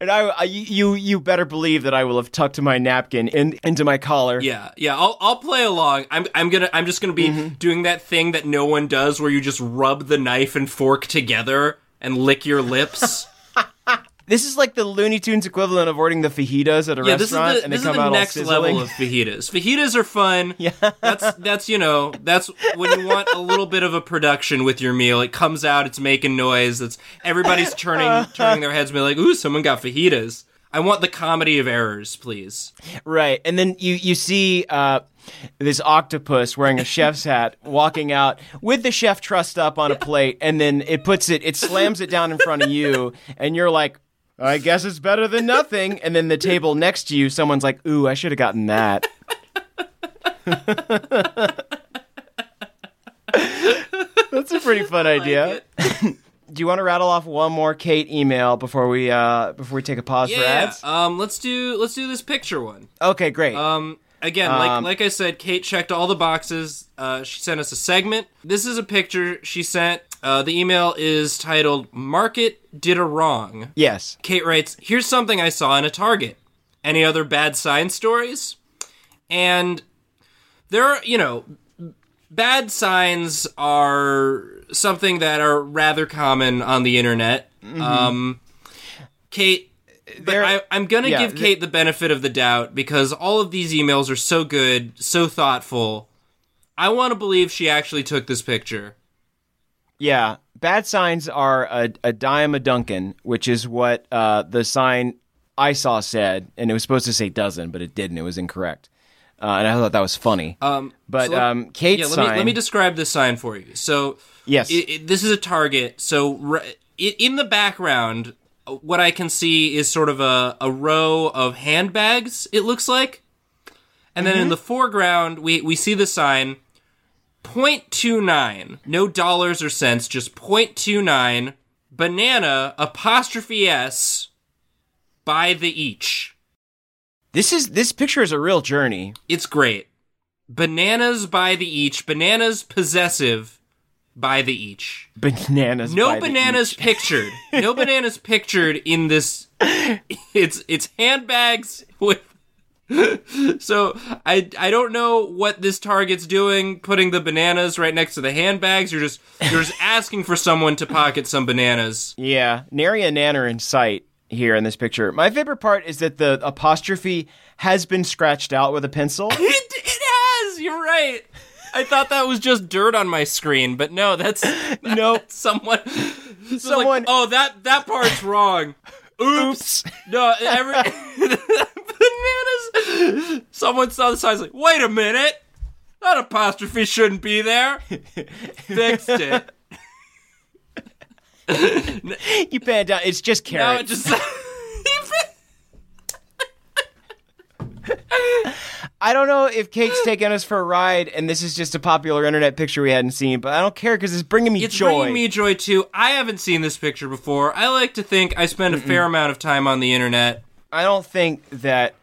Speaker 2: And I, I, you, you better believe that I will have tucked my napkin in, into my collar.
Speaker 3: yeah yeah. I'll I'll play along. I'm I'm gonna I'm just gonna be doing that thing that no one does, where you just rub the knife and fork together and lick your lips.
Speaker 2: This is like the Looney Tunes equivalent of ordering the fajitas at a
Speaker 3: Yeah, this is
Speaker 2: restaurant,
Speaker 3: the,
Speaker 2: and they
Speaker 3: this is
Speaker 2: come
Speaker 3: the
Speaker 2: out
Speaker 3: next
Speaker 2: all sizzling.
Speaker 3: level of fajitas. Fajitas are fun. Yeah, that's that's you know that's when you want a little bit of a production with your meal. It comes
Speaker 2: Uh.
Speaker 3: out, it's making noise. It's everybody's turning turning their heads, and be like, "Ooh, someone got fajitas." I I want the comedy of errors, please.
Speaker 2: Right, and then you you see uh, this octopus wearing a chef's hat walking out with the chef trussed up on a plate, and then it puts it it slams it down in front of you, and you're like, I guess it's better than nothing. And then the table next to you, someone's like, Ooh, I should have gotten that. That's a pretty fun idea. Do you want to rattle off one more Kate email before we uh, before we take a pause for
Speaker 3: Yeah.
Speaker 2: ads?
Speaker 3: Um. Let's do let's do this picture one.
Speaker 2: Okay, great.
Speaker 3: Um, again, like like I said, Kate checked all the boxes. Uh, she sent us a segment. This is a picture she sent. Uh, the email is titled "Market Did a Wrong."
Speaker 2: yes.
Speaker 3: Kate writes, "Here's something I saw in a Target. Any other bad sign stories?" And there are, you know, bad signs are something that are rather common on the internet. Um, Kate, but
Speaker 2: Mm-hmm. There-
Speaker 3: I, I'm gonna
Speaker 2: yeah,
Speaker 3: give
Speaker 2: th-
Speaker 3: Kate the benefit of the doubt because all of these emails are so good, so thoughtful. I want to believe she actually took this picture.
Speaker 2: Yeah, bad signs are a, a dime a Duncan, which is what uh, the sign I saw said, and it was supposed to say dozen, but it didn't. It was incorrect, uh, and I thought that was funny.
Speaker 3: Um,
Speaker 2: but
Speaker 3: so let-
Speaker 2: um, Kate's
Speaker 3: yeah, let
Speaker 2: sign.
Speaker 3: me let me describe this sign for you. So
Speaker 2: Yes.
Speaker 3: i i this is a target. So r- i in the background, uh, what I can see is sort of a a row of handbags. It looks like, and then in the foreground, we we see the sign. 0.29 no dollars or cents just 0.29 banana apostrophe s by the each
Speaker 2: this is this picture is a real journey.
Speaker 3: it's great. Bananas by the each. Bananas possessive by the each.
Speaker 2: Bananas. by
Speaker 3: No
Speaker 2: the
Speaker 3: bananas
Speaker 2: each.
Speaker 3: pictured. No bananas pictured in this. It's it's handbags with. so I I don't know what this target's doing, putting the bananas right next to the handbags. You're just you're just asking for someone to pocket some bananas.
Speaker 2: Yeah, nary a nanner in sight here in this picture. My favorite part is that the apostrophe has been scratched out with a pencil.
Speaker 3: It, it has. You're right. I thought that was just dirt on my screen, but no, that's
Speaker 2: Nope.
Speaker 3: someone.
Speaker 2: Someone-
Speaker 3: Someone. oh, that that part's wrong. Oops. No, every bananas. Someone saw the sign. was Like, wait a minute. That apostrophe shouldn't be there. Fixed it.
Speaker 2: you pan down. It's just carrots.
Speaker 3: Now it just.
Speaker 2: I don't know if Kate's taking us for a ride, and this is just a popular internet picture we hadn't seen, but I don't care because it's bringing me
Speaker 3: It's
Speaker 2: joy.
Speaker 3: bringing me joy too. I haven't seen this picture before. I like to think I spend a fair amount of time on the internet.
Speaker 2: I don't think that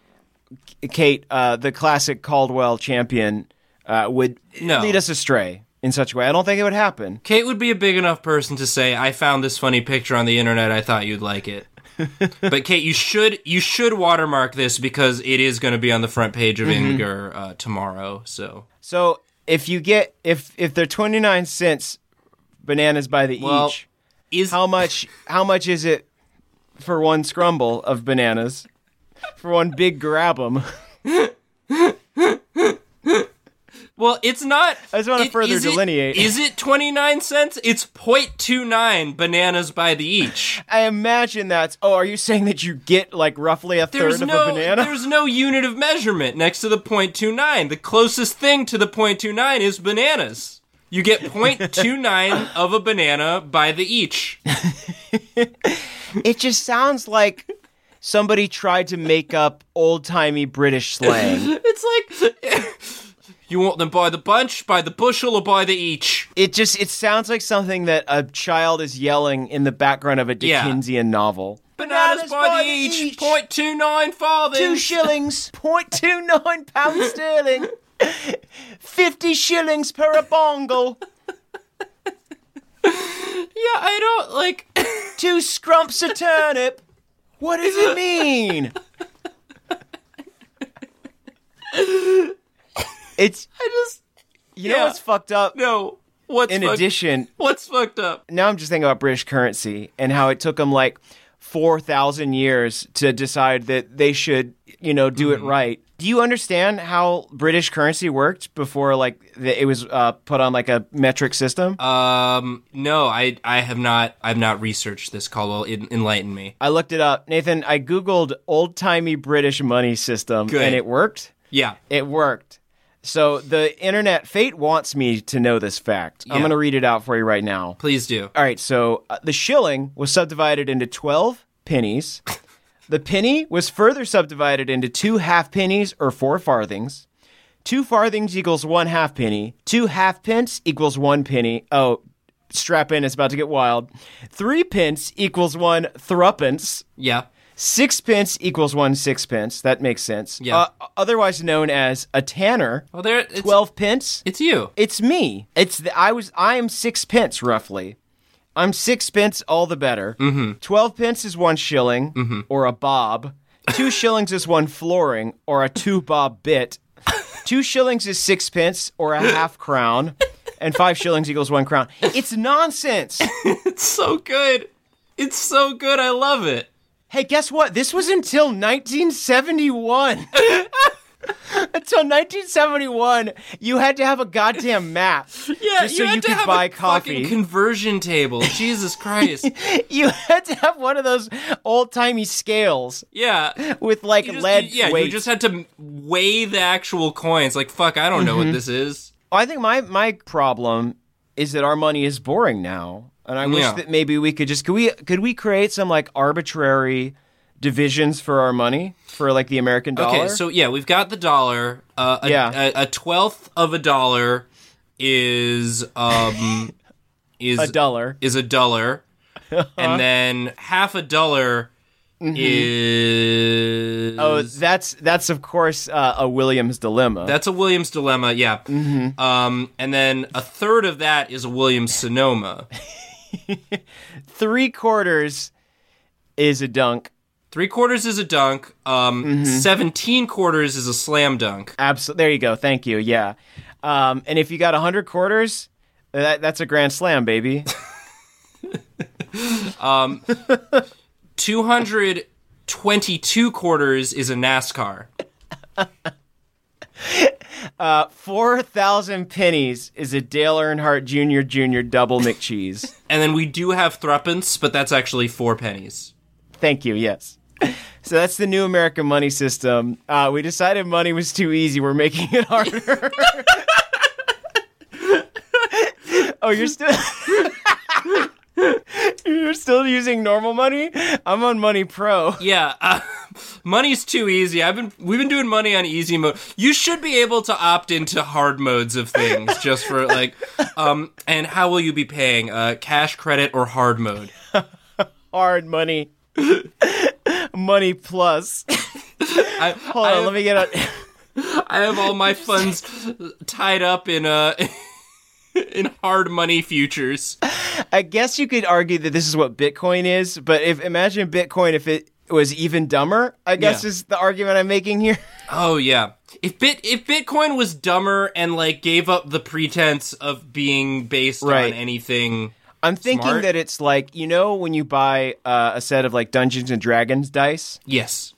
Speaker 2: K- Kate, uh, the classic Caldwell champion, uh, would
Speaker 3: No.
Speaker 2: lead us astray in such a way. I don't think it would happen.
Speaker 3: Kate would be a big enough person to say, "I found this funny picture on the internet. I thought you'd like it." but Kate, you should you should watermark this because it is going to be on the front page of
Speaker 2: Mm-hmm.
Speaker 3: Imgur uh, tomorrow. So,
Speaker 2: So if you get if if they're twenty nine cents bananas by the
Speaker 3: Well,
Speaker 2: each,
Speaker 3: is
Speaker 2: how much how much is it for one scrumble of bananas? For one big grab 'em.
Speaker 3: well, it's not.
Speaker 2: I just wanna
Speaker 3: it-
Speaker 2: further
Speaker 3: is it-
Speaker 2: delineate.
Speaker 3: Is it twenty nine cents? It's 0.29 bananas by the each.
Speaker 2: I imagine that's. Oh, are you saying that you get like roughly a
Speaker 3: There's
Speaker 2: third
Speaker 3: no
Speaker 2: of a banana?
Speaker 3: there's no unit of measurement next to the 0.29. The closest thing to the 0.29 is bananas. You get 0.29 of a banana by the each.
Speaker 2: It just sounds like somebody tried to make up old timey British slang.
Speaker 3: It's like you want them by the bunch, by the bushel, or by the each.
Speaker 2: It just it sounds like something that a child is yelling in the background of a
Speaker 3: Yeah.
Speaker 2: Dickensian novel.
Speaker 3: Bananas, by, the each. Point two nine
Speaker 2: two
Speaker 3: farthing.
Speaker 2: shillings, point two nine pounds sterling, fifty shillings per a bongle,
Speaker 3: yeah, I don't like.
Speaker 2: two scrumps a turnip. What does it mean? It's
Speaker 3: I just
Speaker 2: you know
Speaker 3: Yeah.
Speaker 2: what's fucked up.
Speaker 3: no. What's
Speaker 2: In
Speaker 3: fuck-
Speaker 2: addition,
Speaker 3: what's fucked up?
Speaker 2: now I'm just thinking about British currency and how it took them
Speaker 3: Mm-hmm.
Speaker 2: like 4,000 years to decide that they should, you know, do it right. do you understand how British currency worked before like the, it was uh, put on like a metric system?
Speaker 3: Um, no, I I have not I've not researched this. Caldwell, en- enlighten me.
Speaker 2: I looked it up, Nathan. I googled old timey British money system,
Speaker 3: Good.
Speaker 2: and it worked.
Speaker 3: Yeah,
Speaker 2: It worked. So the internet fate wants me to know this fact. I'm
Speaker 3: Yeah.
Speaker 2: going to read it out for you right now.
Speaker 3: please do.
Speaker 2: All right, so uh, the shilling was subdivided into 12 pennies. the penny was further subdivided into two half pennies or four farthings. Two farthings equals one half penny. Two half pence equals one penny. Oh, strap in, it's about to get wild. Three pence equals one threepence.
Speaker 3: Yeah,
Speaker 2: Sixpence equals one sixpence. That makes sense.
Speaker 3: Yeah.
Speaker 2: Uh, otherwise known as a tanner.
Speaker 3: well, Oh, there. It's,
Speaker 2: Twelve pence.
Speaker 3: it's you.
Speaker 2: It's me. It's the, I was. I am sixpence roughly. I'm sixpence. All the better. Mm-hmm. Twelve pence is one shilling
Speaker 3: Mm-hmm.
Speaker 2: or a bob. Two shillings is one florin or a two bob bit. Two shillings is sixpence or a half crown, and five shillings equals one crown. It's nonsense.
Speaker 3: It's so good. It's so good. I love it.
Speaker 2: Hey, guess what? This was until 1971. until 1971, you had to have a goddamn map.
Speaker 3: Yeah,
Speaker 2: just so
Speaker 3: you had
Speaker 2: you
Speaker 3: to
Speaker 2: could
Speaker 3: have
Speaker 2: buy
Speaker 3: a
Speaker 2: coffee.
Speaker 3: fucking conversion table. Jesus Christ.
Speaker 2: you had to have one of those old timey scales
Speaker 3: Yeah.
Speaker 2: with like
Speaker 3: You just-
Speaker 2: lead
Speaker 3: yeah,
Speaker 2: weight.
Speaker 3: you just had to weigh the actual coins. Like, fuck, I don't know what this is.
Speaker 2: I think my my problem is that our money is boring now, and I wish
Speaker 3: Yeah.
Speaker 2: that maybe we could just could we could we create some like arbitrary divisions for our money for like the American dollar.
Speaker 3: Okay, so yeah, we've got the dollar. Uh, a,
Speaker 2: Yeah.
Speaker 3: a, a twelfth of a dollar is um is
Speaker 2: a dollar.
Speaker 3: is a dollar, and then half a dollar is
Speaker 2: Oh, that's that's of course uh, a Williams dilemma.
Speaker 3: that's a Williams dilemma. Yeah, um, and then a third of that is a Williams Sonoma.
Speaker 2: Three quarters is a dunk.
Speaker 3: Three quarters is a dunk. Um, Seventeen quarters is a slam dunk.
Speaker 2: Absolutely. There you go. Thank you. Yeah. Um, and if you got hundred quarters, uh, that, that's a grand slam, baby.
Speaker 3: 222 quarters is a NASCAR.
Speaker 2: Four thousand pennies is a Dale Earnhardt Jr. Jr. Double McCheese.
Speaker 3: And then we do have threepence, but that's actually four pennies.
Speaker 2: Thank you. Yes. So that's the new American money system. Uh, we decided money was too easy. We're making it harder. oh, you're still you're still using normal money. I'm on Money Pro.
Speaker 3: Yeah, uh, money's too easy. I've been we've been doing money on easy mode. You should be able to opt into hard modes of things just for like um and how will you be paying? Uh cash credit or hard mode?
Speaker 2: Hard money. money plus.
Speaker 3: I
Speaker 2: Hold
Speaker 3: I,
Speaker 2: on, let me get on.
Speaker 3: I have all my funds tied up in uh in hard money futures.
Speaker 2: I guess you could argue that this is what Bitcoin is, but if imagine Bitcoin if it was even dumber. I guess
Speaker 3: Yeah.
Speaker 2: is the argument I'm making here.
Speaker 3: Oh yeah. If bit if Bitcoin was dumber and like gave up the pretense of being based
Speaker 2: Right.
Speaker 3: on anything
Speaker 2: I'm thinking
Speaker 3: Smart.
Speaker 2: that it's like you know when you buy uh, a set of like Dungeons and Dragons dice,
Speaker 3: Yes.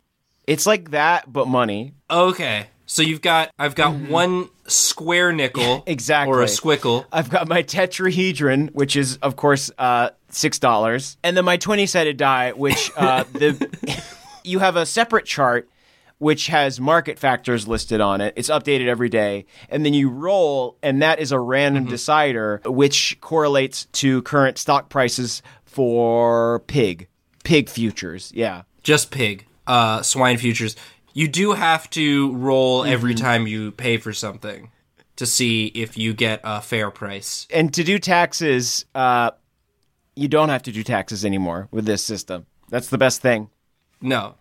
Speaker 2: it's like that but money.
Speaker 3: Okay. So you've got I've got one square nickel
Speaker 2: exactly.
Speaker 3: or a squickle.
Speaker 2: I've got my tetrahedron, which is of course uh, six dollars, and then my twenty-sided die, which uh, the you have a separate chart which has market factors listed on it. It's updated every day, and then you roll, and that is a random decider which correlates to current stock prices for pig pig futures. Yeah.
Speaker 3: Just pig. Uh swine futures. You do have to roll every time you pay for something to see if you get a fair price.
Speaker 2: and to do taxes, uh, you don't have to do taxes anymore with this system. That's the best thing.
Speaker 3: No.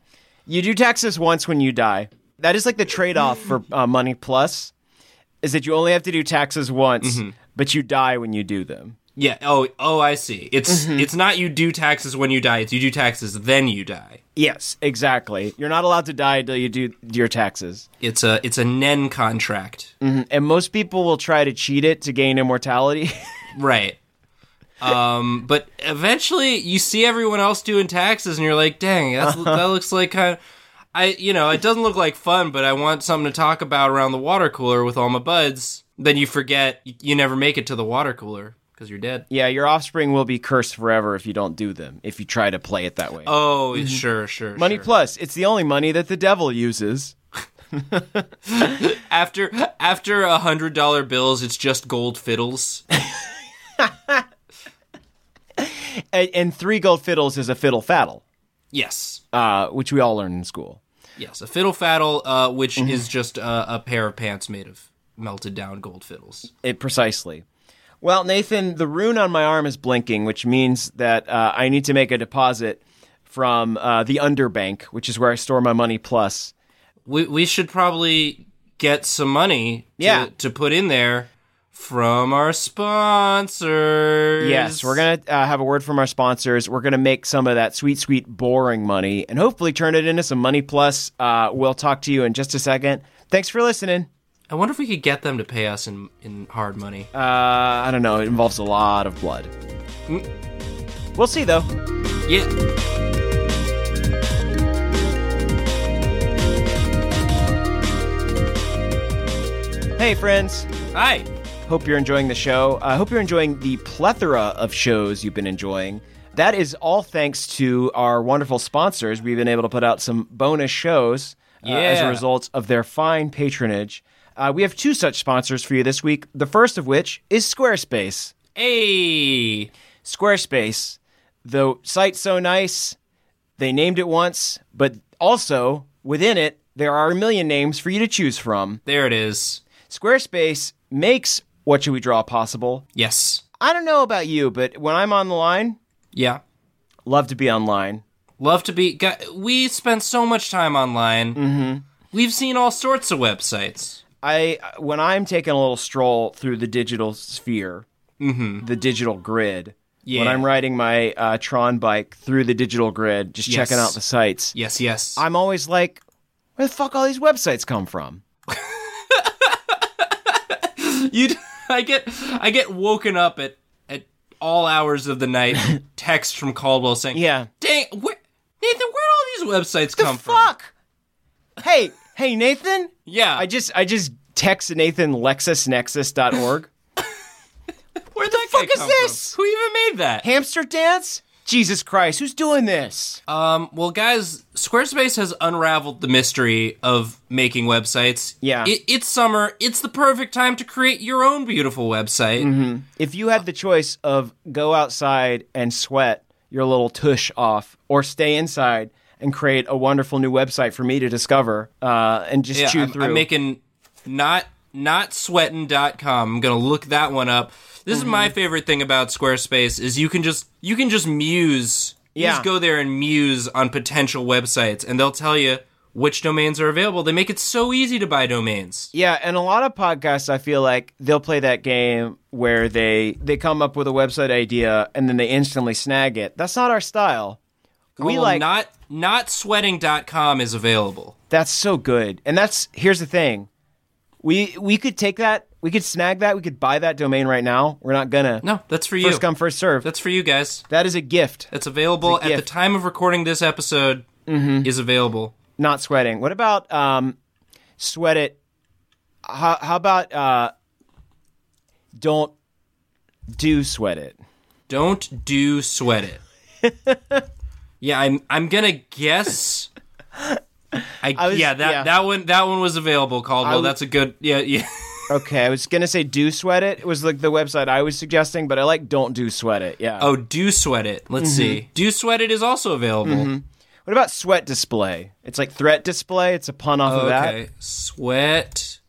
Speaker 2: You do taxes once when you die. That is like the trade off for uh, Money Plus, is that you only have to do taxes once,
Speaker 3: Mm-hmm.
Speaker 2: but you die when you do them.
Speaker 3: Yeah. Oh, oh, I see. It's it's not you do taxes when you die. It's you do taxes then you die.
Speaker 2: Yes, exactly. You're not allowed to die until you do your taxes.
Speaker 3: It's a it's a nen contract.
Speaker 2: And most people will try to cheat it to gain immortality.
Speaker 3: Right. Um, but
Speaker 2: Uh-huh.
Speaker 3: eventually you see everyone else doing taxes and you're like, dang, that's, that looks like kind of. I you know, it doesn't look like fun, but I want something to talk about around the water cooler with all my buds. Then you forget you, you never make it to the water cooler because you're dead.
Speaker 2: Yeah, your offspring will be cursed forever if you don't do them, if you try to play it that way.
Speaker 3: Oh, sure, sure.
Speaker 2: Mm-hmm. money
Speaker 3: sure.
Speaker 2: plus, it's the only money that the devil uses.
Speaker 3: after after a hundred dollar bills, it's just gold fiddles.
Speaker 2: And, and three gold fiddles is a fiddle faddle,
Speaker 3: yes,
Speaker 2: uh, which we all learned in school.
Speaker 3: yes, a fiddle faddle, uh, which
Speaker 2: Mm-hmm.
Speaker 3: is just uh, a pair of pants made of melted down gold fiddles.
Speaker 2: It precisely. Well, Nathan, the rune on my arm is blinking, which means that uh, I need to make a deposit from uh, the underbank, which is where I store my money. Plus,
Speaker 3: we we should probably get some money to,
Speaker 2: Yeah.
Speaker 3: to put in there from our sponsors.
Speaker 2: yes, we're gonna uh, have a word from our sponsors. We're gonna make some of that sweet, sweet, boring money, and hopefully turn it into some money. Plus, uh, we'll talk to you in just a second. Thanks for listening.
Speaker 3: I wonder if we could get them to pay us in in hard money.
Speaker 2: Uh, I don't know. It involves a lot of blood.
Speaker 3: Mm.
Speaker 2: We'll see, though.
Speaker 3: yeah.
Speaker 2: Hey, friends.
Speaker 3: Hi.
Speaker 2: Hope you're enjoying the show. I hope you're enjoying the plethora of shows you've been enjoying. That is all thanks to our wonderful sponsors. We've been able to put out some bonus shows uh, as a
Speaker 3: Yeah.
Speaker 2: result of their fine patronage. Uh, we have two such sponsors for you this week. The first of which is Squarespace.
Speaker 3: Hey.
Speaker 2: Squarespace, the site so nice, they named it once, but also within it, there are a million names for you to choose from.
Speaker 3: There it is.
Speaker 2: Squarespace makes What Should We Draw possible.
Speaker 3: Yes.
Speaker 2: I don't know about you, but when I'm on the line,
Speaker 3: Yeah.
Speaker 2: love to be online.
Speaker 3: Love to be. Got, we spend so much time online. Mm-hmm. We've seen all sorts of websites.
Speaker 2: I when I'm taking a little stroll through the digital sphere, the digital grid. When
Speaker 3: Mm-hmm. Yeah.
Speaker 2: I'm riding my uh, Tron bike through the digital grid, just
Speaker 3: Yes.
Speaker 2: checking out the sites,
Speaker 3: Yes. Yes.
Speaker 2: I'm always like, where the fuck all these websites come from?
Speaker 3: You, d- I get, I get woken up at at all hours of the night. text from Caldwell saying,
Speaker 2: Yeah.
Speaker 3: dang, where, Nathan, where do all these websites come
Speaker 2: the
Speaker 3: from?"
Speaker 2: fuck? Hey, hey, Nathan.
Speaker 3: Yeah,
Speaker 2: I just I just texted Nathan LexisNexis.org.
Speaker 3: where the
Speaker 2: fuck is this?
Speaker 3: Who even made that?
Speaker 2: Hamster dance? Jesus Christ, who's doing this? Uh,
Speaker 3: Um, well, guys, Squarespace has unraveled the mystery of making websites.
Speaker 2: Yeah.
Speaker 3: it, it's summer. It's the perfect time to create your own beautiful website.
Speaker 2: Mm-hmm. If you had the choice of go outside and sweat your little tush off, or stay inside and create a wonderful new website for me to discover uh, and just
Speaker 3: Yeah,
Speaker 2: chew
Speaker 3: I'm,
Speaker 2: through.
Speaker 3: I'm making not not sweating.com. I'm gonna look that one up. This is
Speaker 2: Mm-hmm.
Speaker 3: my favorite thing about Squarespace is you can just you can just muse. You
Speaker 2: Yeah.
Speaker 3: just go there and muse on potential websites and they'll tell you which domains are available. They make it so easy to buy domains.
Speaker 2: yeah, and a lot of podcasts, I feel like they'll play that game where they they come up with a website idea and then they instantly snag it. That's not our style. we
Speaker 3: Well,
Speaker 2: like
Speaker 3: not not sweating.com is available.
Speaker 2: That's so good. And that's here's the thing. We we could take that, we could snag that, we could buy that domain right now. We're not gonna.
Speaker 3: No, that's for you.
Speaker 2: First come, first serve.
Speaker 3: That's for you guys.
Speaker 2: That is a gift.
Speaker 3: That's available
Speaker 2: It's Mm-hmm. a
Speaker 3: at the
Speaker 2: gift.
Speaker 3: time of recording this episode is available.
Speaker 2: Not sweating. What about um sweat it? How, how about uh don't do sweat it?
Speaker 3: Don't do sweat it. yeah, I'm I'm gonna guess. I,
Speaker 2: was-
Speaker 3: yeah, that
Speaker 2: yeah.
Speaker 3: that one that one was available, Caldwell.
Speaker 2: I-
Speaker 3: That's a good yeah yeah.
Speaker 2: Okay, I was gonna say do sweat it. It was like the website I was suggesting, but I like don't do sweat it. Yeah.
Speaker 3: Oh, do sweat it. Let's
Speaker 2: Mm-hmm.
Speaker 3: see. Do sweat it is also available.
Speaker 2: What about sweat display? It's like threat display. It's a pun off of that.
Speaker 3: Okay, sweat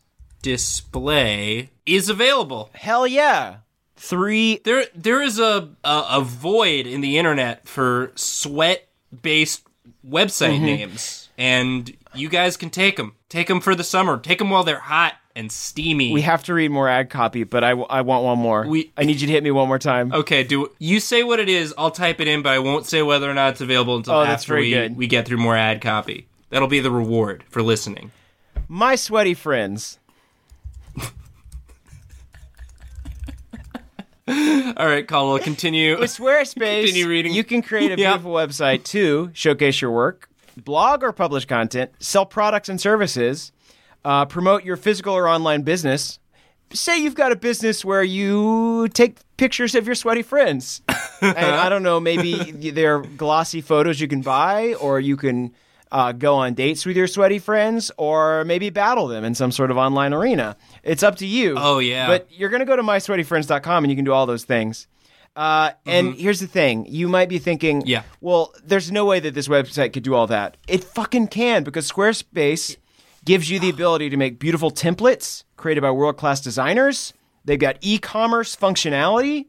Speaker 3: display is available.
Speaker 2: Hell yeah. Three
Speaker 3: There there is a a, a void in the internet for sweat based website
Speaker 2: Mm-hmm.
Speaker 3: names, and you guys can take them. Take them for the summer. Take them while they're hot and steamy.
Speaker 2: We have to read more ad copy, but I, I want one more.
Speaker 3: We- Oh.
Speaker 2: I need you to hit me one more time.
Speaker 3: Okay, do you say what it is? I'll type it in, but I won't say whether or not it's available until
Speaker 2: Oh,
Speaker 3: after
Speaker 2: that's very
Speaker 3: we,
Speaker 2: good.
Speaker 3: we get through more ad copy. That'll be the reward for listening.
Speaker 2: My sweaty friends.
Speaker 3: All right, Caldwell, continue.
Speaker 2: With Squarespace,
Speaker 3: Continue reading.
Speaker 2: you can create a
Speaker 3: Yeah.
Speaker 2: beautiful website to showcase your work, blog or publish content, sell products and services, uh, promote your physical or online business. Say you've got a business where you take pictures of your sweaty friends. and I don't know, maybe they're glossy photos you can buy, or you can uh, go on dates with your sweaty friends, or maybe battle them in some sort of online arena. It's up to you.
Speaker 3: Oh, yeah.
Speaker 2: But you're going to go to mysweatyfriends.com and you can do all those things. Uh, and here's the thing you might be thinking,
Speaker 3: Mm-hmm. Yeah.
Speaker 2: well, there's no way that this website could do all that. It fucking can because Squarespace gives you the ability to make beautiful templates created by world class designers. They've got e commerce functionality,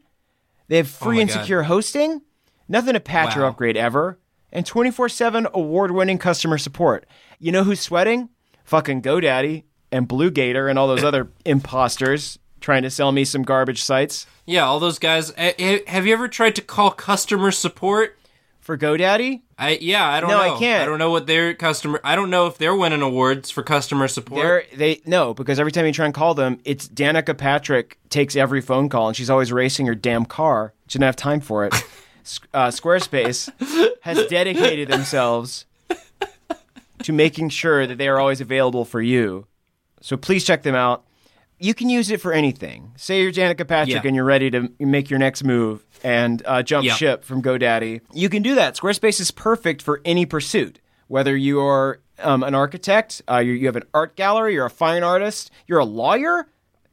Speaker 2: they have free
Speaker 3: Oh my
Speaker 2: and
Speaker 3: God.
Speaker 2: secure hosting, nothing to patch or
Speaker 3: Wow.
Speaker 2: upgrade ever, and 24 7 award winning customer support. You know who's sweating? Fucking GoDaddy and Blue Gator and all those other imposters trying to sell me some garbage sites.
Speaker 3: Yeah, all those guys. eh, eh, Have you ever tried to call customer support?
Speaker 2: For GoDaddy,
Speaker 3: I yeah, I don't
Speaker 2: No,
Speaker 3: know.
Speaker 2: I can't.
Speaker 3: I don't know what their customer. I don't know if they're winning awards for customer support.
Speaker 2: They're, they no, because every time you try and call them, it's Danica Patrick takes every phone call, and she's always racing her damn car. She didn't have time for it. S- uh, Squarespace has dedicated themselves to making sure that they are always available for you. So please check them out. You can use it for anything. Say you're Danica Patrick
Speaker 3: Yeah.
Speaker 2: and you're ready to make your next move and uh, jump
Speaker 3: Yeah.
Speaker 2: ship from GoDaddy. You can do that. Squarespace is perfect for any pursuit, whether you are um, an architect, uh, you, you have an art gallery, you're a fine artist, you're a lawyer,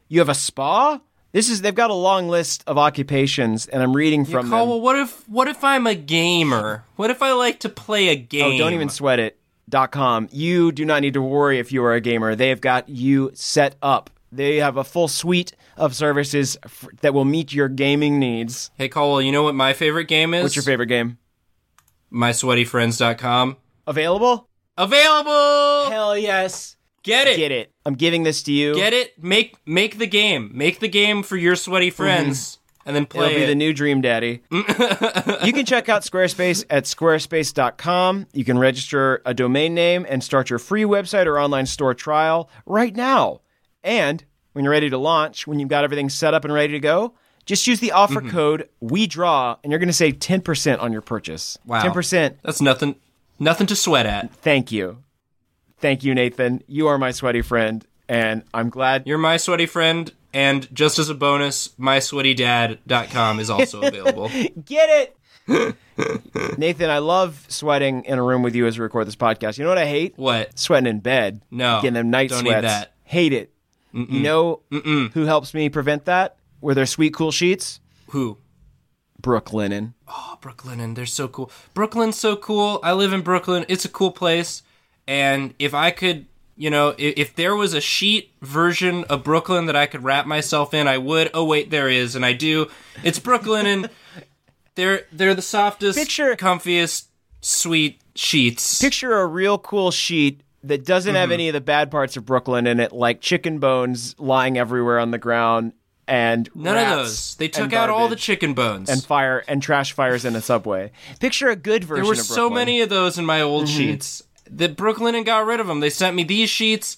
Speaker 2: you have a spa. This is they've got a long list of occupations, and I'm reading from
Speaker 3: Call,
Speaker 2: them.
Speaker 3: well, what if what if I'm a gamer? What if I like to play a game?
Speaker 2: Oh, don't even sweat it. Dot com. You do not need to worry if you are a gamer. They have got you set up. They have a full suite of services f- that will meet your gaming needs.
Speaker 3: Hey, Caldwell, you know what my favorite game is?
Speaker 2: What's your favorite game?
Speaker 3: MySweatyFriends.com.
Speaker 2: Available?
Speaker 3: Available.
Speaker 2: Hell yes.
Speaker 3: Get it.
Speaker 2: Get it. I'm giving this to you.
Speaker 3: Get it? Make make the game. Make the game for your sweaty friends, and then play
Speaker 2: Mm-hmm. It'll be
Speaker 3: it.
Speaker 2: the new dream daddy. you can check out Squarespace at squarespace.com. You can register a domain name and start your free website or online store trial right now. And when you're ready to launch, when you've got everything set up and ready to go, just use the offer
Speaker 3: Mm-hmm.
Speaker 2: code we draw and you're going to save 10% on your purchase.
Speaker 3: Wow.
Speaker 2: 10%.
Speaker 3: That's nothing. Nothing to sweat at.
Speaker 2: Thank you. Thank you Nathan. You are my sweaty friend and I'm glad
Speaker 3: You're my sweaty friend, and just as a bonus, mysweatydad.com is also available.
Speaker 2: Get it. Nathan, I love sweating in a room with you as we record this podcast. You know what I hate?
Speaker 3: What?
Speaker 2: sweating in bed.
Speaker 3: No,
Speaker 2: getting them night
Speaker 3: don't need
Speaker 2: sweats.
Speaker 3: that.
Speaker 2: Hate it. You know who helps me prevent that? Were their sweet cool sheets?
Speaker 3: Who?
Speaker 2: Brooke Linen.
Speaker 3: Oh, Brooklyn, and they're so cool. Brooklyn's so cool. I live in Brooklyn. It's a cool place. And if I could, you know, if, if there was a sheet version of Brooklyn that I could wrap myself in, I would. Oh wait, there is, and I do. It's Brooklyn, and they're they're the softest,
Speaker 2: Picture-
Speaker 3: comfiest, sweet sheets.
Speaker 2: Picture a real cool sheet that doesn't
Speaker 3: Mm-hmm.
Speaker 2: have any of the bad parts of Brooklyn in it, like chicken bones lying everywhere on the ground and
Speaker 3: None
Speaker 2: rats
Speaker 3: of those. They
Speaker 2: and
Speaker 3: took out all the
Speaker 2: garbage
Speaker 3: chicken bones.
Speaker 2: and fire and trash fires in a subway. Picture a good version.
Speaker 3: There were
Speaker 2: of
Speaker 3: so
Speaker 2: Brooklyn. Mm-hmm.
Speaker 3: many of those in my old sheets that Brooklyn and got rid of them. They sent me these sheets.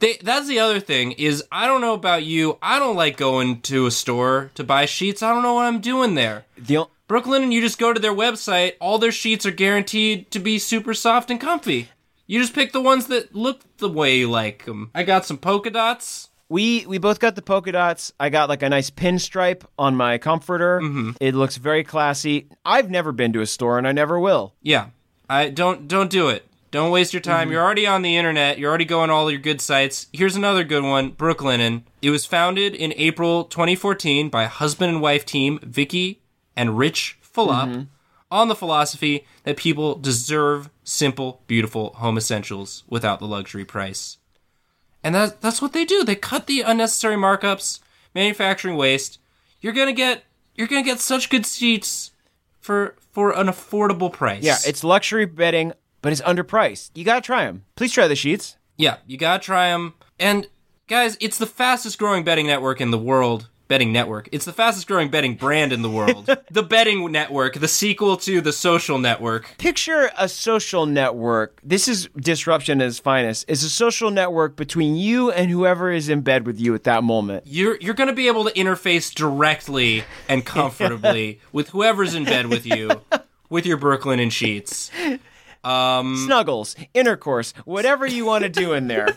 Speaker 3: They, that's the other thing is I don't know about you. I don't like going to a store to buy sheets. I don't know what I'm doing there.
Speaker 2: The o-
Speaker 3: Brooklyn and you just go to their website. All their sheets are guaranteed to be super soft and comfy. You just pick the ones that look the way you like them. I got some polka dots.
Speaker 2: We we both got the polka dots. I got like a nice pinstripe on my comforter. It looks very classy. I've never been to a store and I never will.
Speaker 3: Yeah. I don't don't do it. Don't waste your time. You're already on the internet. You're already going all your good sites. Here's another good one, Brooklinen. It was founded in April 2014 by husband and wife team Vicky and Rich Fulop on the philosophy that people deserve simple, beautiful home essentials without the luxury price. And that that's what they do. They cut the unnecessary markups, manufacturing waste. You're going to get you're going to get such good seats for for an affordable price.
Speaker 2: Yeah, it's luxury bedding, but it's underpriced. You gotta try them. Please try the sheets.
Speaker 3: Yeah, you gotta try them. And guys, it's the fastest growing betting network in the world. Betting network. It's the fastest growing betting brand in the world. the betting network, the sequel to the social network.
Speaker 2: Picture a social network. This is disruption at its finest. It's a social network between you and whoever is in bed with you at that moment.
Speaker 3: You're you're gonna be able to interface directly and comfortably with whoever's in bed with you, with your Brooklyn and sheets. Um,
Speaker 2: snuggles, intercourse, whatever you want to do in there.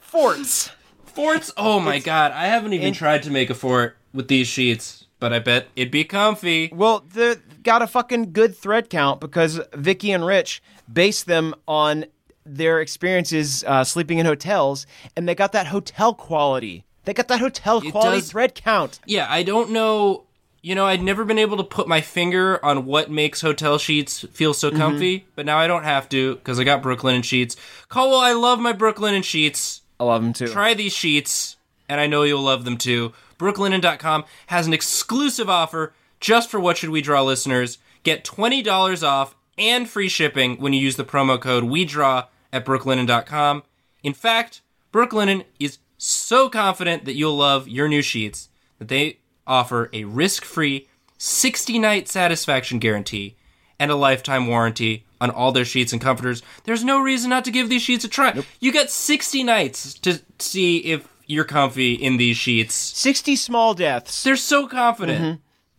Speaker 2: Forts.
Speaker 3: forts. Oh my god, I haven't even tried to make a fort with these sheets, but I bet it'd be comfy.
Speaker 2: Well, they got a fucking good thread count because Vicky and Rich based them on their experiences uh, sleeping in hotels, and they got that hotel quality. They got that hotel quality
Speaker 3: does-
Speaker 2: thread count.
Speaker 3: Yeah, I don't know. You know, I'd never been able to put my finger on what makes hotel sheets feel so comfy, but now I don't have to because I got Brooklyn and sheets. Caldwell, I love my Brooklyn and sheets.
Speaker 2: I love them too.
Speaker 3: Try these sheets, and I know you'll love them too. Brooklinen.com has an exclusive offer just for What Should We Draw listeners. Get $20 off and free shipping when you use the promo code WeDraw at brooklinen.com. In fact, Brooklinen is so confident that you'll love your new sheets that they offer a risk-free 60-night satisfaction guarantee and a lifetime warranty on all their sheets and comforters. There's no reason not to give these sheets a try. You got 60 nights to see if you're comfy in these sheets.
Speaker 2: 60 small deaths.
Speaker 3: They're so confident.
Speaker 2: Mm-hmm.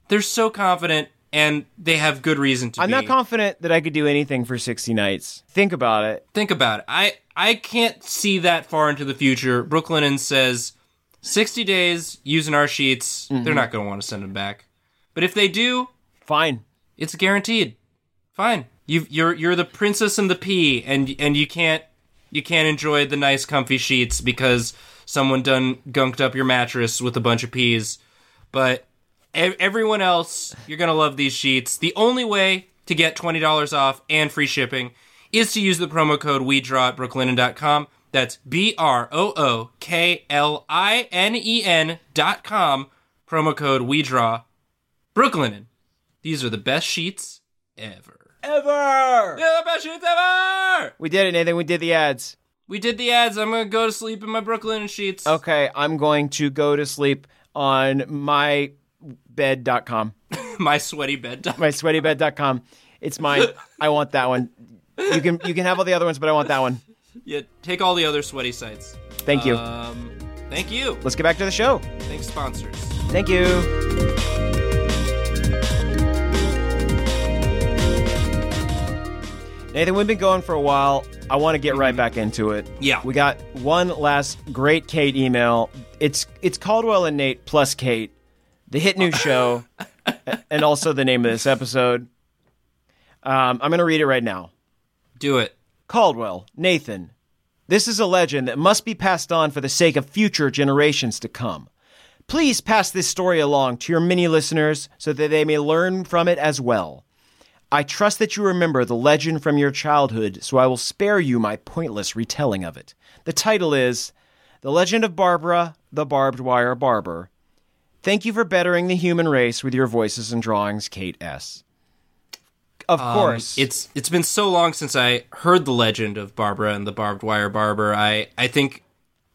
Speaker 3: They're so confident and they have good reason to
Speaker 2: I'm
Speaker 3: be.
Speaker 2: not confident that I could do anything for 60 nights. Think about it.
Speaker 3: Think about it. I I can't see that far into the future. Brooklinen says 60 days using our sheets.
Speaker 2: Mm-hmm.
Speaker 3: They're not going to want to send them back. But if they do,
Speaker 2: Fine.
Speaker 3: It's guaranteed. Fine. You you're you're the princess and the pea, and and you can't you can't enjoy the nice comfy sheets because someone done gunked up your mattress with a bunch of peas. But ev- everyone else, you're gonna love these sheets. The only way to get twenty dollars off and free shipping is to use the promo code WeDraw at brooklinen.com. That's B R O O K L I N E N dot com. Promo code WeDraw. Brooklinen. These are the best sheets ever.
Speaker 2: Ever.
Speaker 3: They're the best sheets ever!
Speaker 2: We did it, Nathan. We did the ads.
Speaker 3: We did the ads. I'm gonna go to sleep in my Brooklyn sheets.
Speaker 2: Okay, I'm going to go to sleep on mybed.com.
Speaker 3: my sweaty bed.
Speaker 2: my sweatybed.com. It's mine. I want that one. You can you can have all the other ones, but I want that one.
Speaker 3: yeah, take all the other sweaty sites.
Speaker 2: Thank you.
Speaker 3: Um, thank you.
Speaker 2: Let's get back to the show.
Speaker 3: Thanks, sponsors.
Speaker 2: Thank you. Nathan, we've been going for a while. I want to get right back into it.
Speaker 3: Yeah.
Speaker 2: We got one last great Kate email. It's it's Caldwell and Nate plus Kate, the hit new show, and also the name of this episode. Um, I'm going to read it right now.
Speaker 3: Do it.
Speaker 2: Caldwell, Nathan. This is a legend that must be passed on for the sake of future generations to come. Please pass this story along to your many listeners so that they may learn from it as well. I trust that you remember the legend from your childhood, so I will spare you my pointless retelling of it. The title is The Legend of Barbara, the Barbed Wire Barber. Thank you for bettering the human race with your voices and drawings, Kate S. Of course.
Speaker 3: It's it's been so long since I heard the legend of Barbara and the barbed wire barber. I I think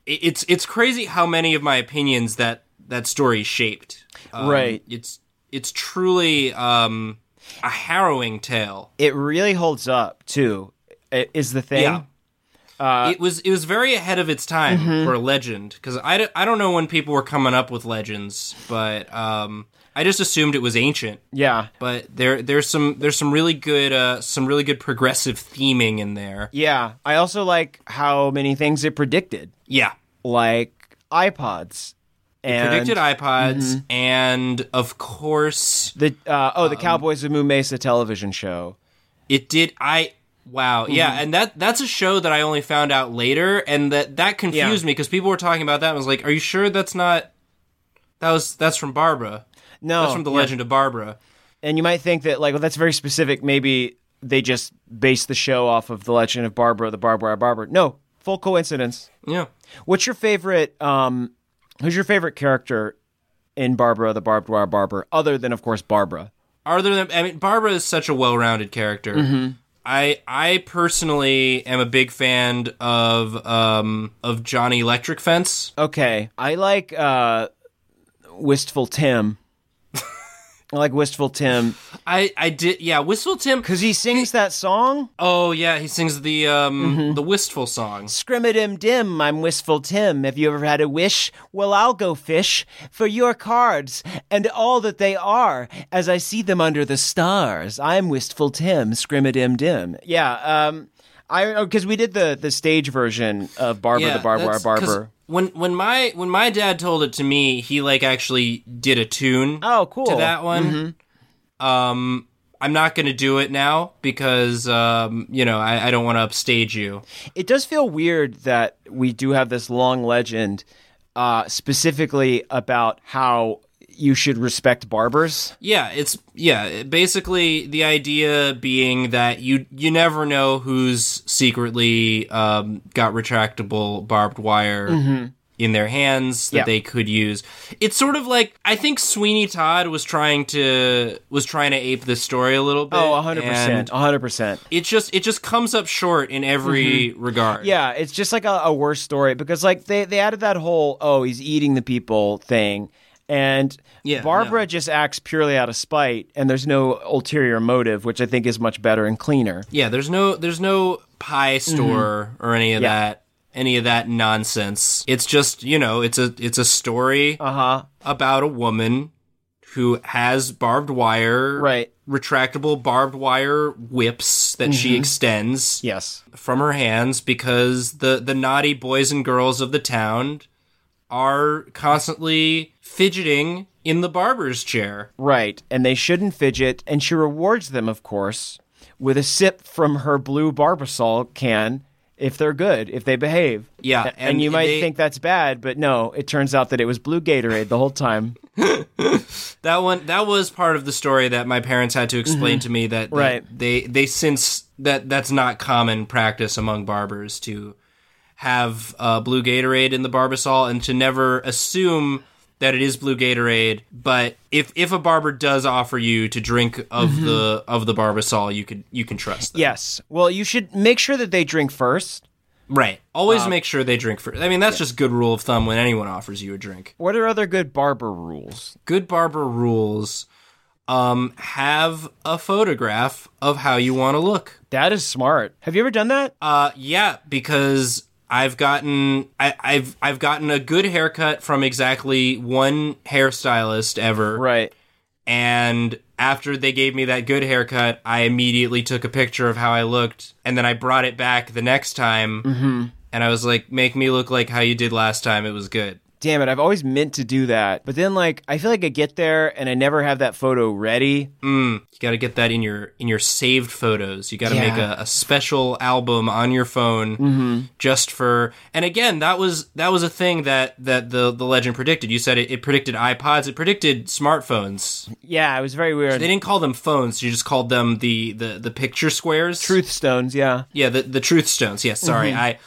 Speaker 3: it- it's it's crazy how many of my opinions that that story shaped. Um,
Speaker 2: Right.
Speaker 3: It's it's truly um, a harrowing tale.
Speaker 2: it really holds up too i- is the thing Uh, Mm-hmm.
Speaker 3: Yeah. it was it was very ahead of its time for a legend because I, d- I don't know when people were coming up with legends, but um, I just assumed it was ancient.
Speaker 2: yeah
Speaker 3: But there there's some there's some really good uh, some really good progressive theming in there.
Speaker 2: yeah i also like how many things it predicted
Speaker 3: Yeah,
Speaker 2: like ipods and mm-hmm.
Speaker 3: predicted iPods and of course
Speaker 2: the uh,
Speaker 3: Um,
Speaker 2: oh the cowboys of moon mesa television show
Speaker 3: it did I wow yeah
Speaker 2: Mm-hmm.
Speaker 3: and that that's a show that I only found out later and that that confused me because people were talking about that and I was like are you sure that's not that was that's from Barbara
Speaker 2: no
Speaker 3: that's from the
Speaker 2: Oh, yeah.
Speaker 3: Legend of Barbara.
Speaker 2: and you might think that like well that's very specific maybe they just based the show off of the legend of barbara the barbara barber no full coincidence
Speaker 3: Yeah.
Speaker 2: what's your favorite um who's your favorite character in barbara the barbed wire barber other than of course barbara
Speaker 3: other than I mean, Barbara is such a well-rounded character.
Speaker 2: Mm-hmm.
Speaker 3: I I personally am a big fan of um of Johnny Electric Fence.
Speaker 2: Okay. I like uh Wistful Tim. I like Wistful Tim
Speaker 3: I I did yeah. Wistful Tim.
Speaker 2: because he sings that song.
Speaker 3: Oh yeah, he sings the um
Speaker 2: Mm-hmm.
Speaker 3: the wistful song.
Speaker 2: Scrimmadim dim, I'm Wistful Tim. Have you ever had a wish? Well, I'll go fish for your cards and all that they are as I see them under the stars. I'm Wistful Tim, Scrimmadim dim. Yeah, um, I because we did the the stage version of Barber
Speaker 3: Yeah,
Speaker 2: the Barb Wire
Speaker 3: that's- 'cause
Speaker 2: Barber.
Speaker 3: When when my when my dad told it to me, he like actually did a tune.
Speaker 2: Oh, cool. Mm-hmm.
Speaker 3: To that one. Um, I'm not gonna do it now because um, you know I, I don't want to upstage you.
Speaker 2: It does feel weird that we do have this long legend, uh, specifically about how you should respect barbers.
Speaker 3: Yeah, it's yeah. Basically, the idea being that you you never know who's secretly um, got retractable barbed wire in their hands that
Speaker 2: Mm-hmm. Yeah.
Speaker 3: they could use. It's sort of like I think Sweeney Todd was trying to was trying to ape this story a little bit.
Speaker 2: Oh, 100%.
Speaker 3: and
Speaker 2: 100%.
Speaker 3: It just it just comes up short in every regard.
Speaker 2: Mm-hmm. Yeah, it's just like a, a worse story because like they, they added that whole oh he's eating the people thing, and
Speaker 3: Yeah,
Speaker 2: Barbara
Speaker 3: no.
Speaker 2: just acts purely out of spite, and there's no ulterior motive, which I think is much better and cleaner.
Speaker 3: yeah. There's no there's no pie store or any of
Speaker 2: Mm-hmm. Yeah.
Speaker 3: that any of that nonsense. It's just you know it's a it's a story.
Speaker 2: Uh huh.
Speaker 3: about a woman who has barbed wire,
Speaker 2: Right.
Speaker 3: Retractable barbed wire whips that she extends
Speaker 2: Yes.
Speaker 3: from her hands because the the naughty boys and girls of the town are constantly fidgeting in the barber's chair.
Speaker 2: Right. And they shouldn't fidget, and she rewards them, of course, with a sip from her blue Barbasol can if they're good, if they behave.
Speaker 3: Yeah,
Speaker 2: A- And,
Speaker 3: and
Speaker 2: you might
Speaker 3: they-
Speaker 2: think that's bad, but no, it turns out that it was blue Gatorade the whole time.
Speaker 3: That one that was part of the story that my parents had to explain to me that they,
Speaker 2: Right.
Speaker 3: they they since that that's not common practice among barbers to have uh, blue Gatorade in the barbasol and to never assume that it is blue Gatorade. But if if a barber does offer you to drink of the of the barbasol, you could you can trust them.
Speaker 2: yes. Well, you should make sure that they drink first.
Speaker 3: Right. Always make sure they drink first. I mean, that's just good rule of thumb when anyone offers you a drink.
Speaker 2: What are other good barber rules?
Speaker 3: Good barber rules. Um, have a photograph of how you want to look.
Speaker 2: That is smart. Have you ever done that?
Speaker 3: Uh, yeah, because I've gotten I, I've I've gotten a good haircut from exactly one hairstylist ever.
Speaker 2: Right.
Speaker 3: And after they gave me that good haircut, I immediately took a picture of how I looked, and then I brought it back the next time. Mm-hmm. And I was like, "Make me look like how you did last time. It was good."
Speaker 2: Damn it, I've always meant to do that. But then like I feel like I get there and I never have that photo ready.
Speaker 3: You got to get that in your in your saved photos. You got to
Speaker 2: Yeah. Mm-hmm.
Speaker 3: make a, a special album on your phone just for. And again, that was that was a thing that that the the legend predicted. You said it, it predicted iPods. It predicted smartphones.
Speaker 2: Yeah, it was very
Speaker 3: They
Speaker 2: weird.
Speaker 3: didn't call them phones. You just called them the the the picture squares.
Speaker 2: Truth Mm-hmm. stones, yeah.
Speaker 3: Yeah, the the truth stones. Yes. sorry. I,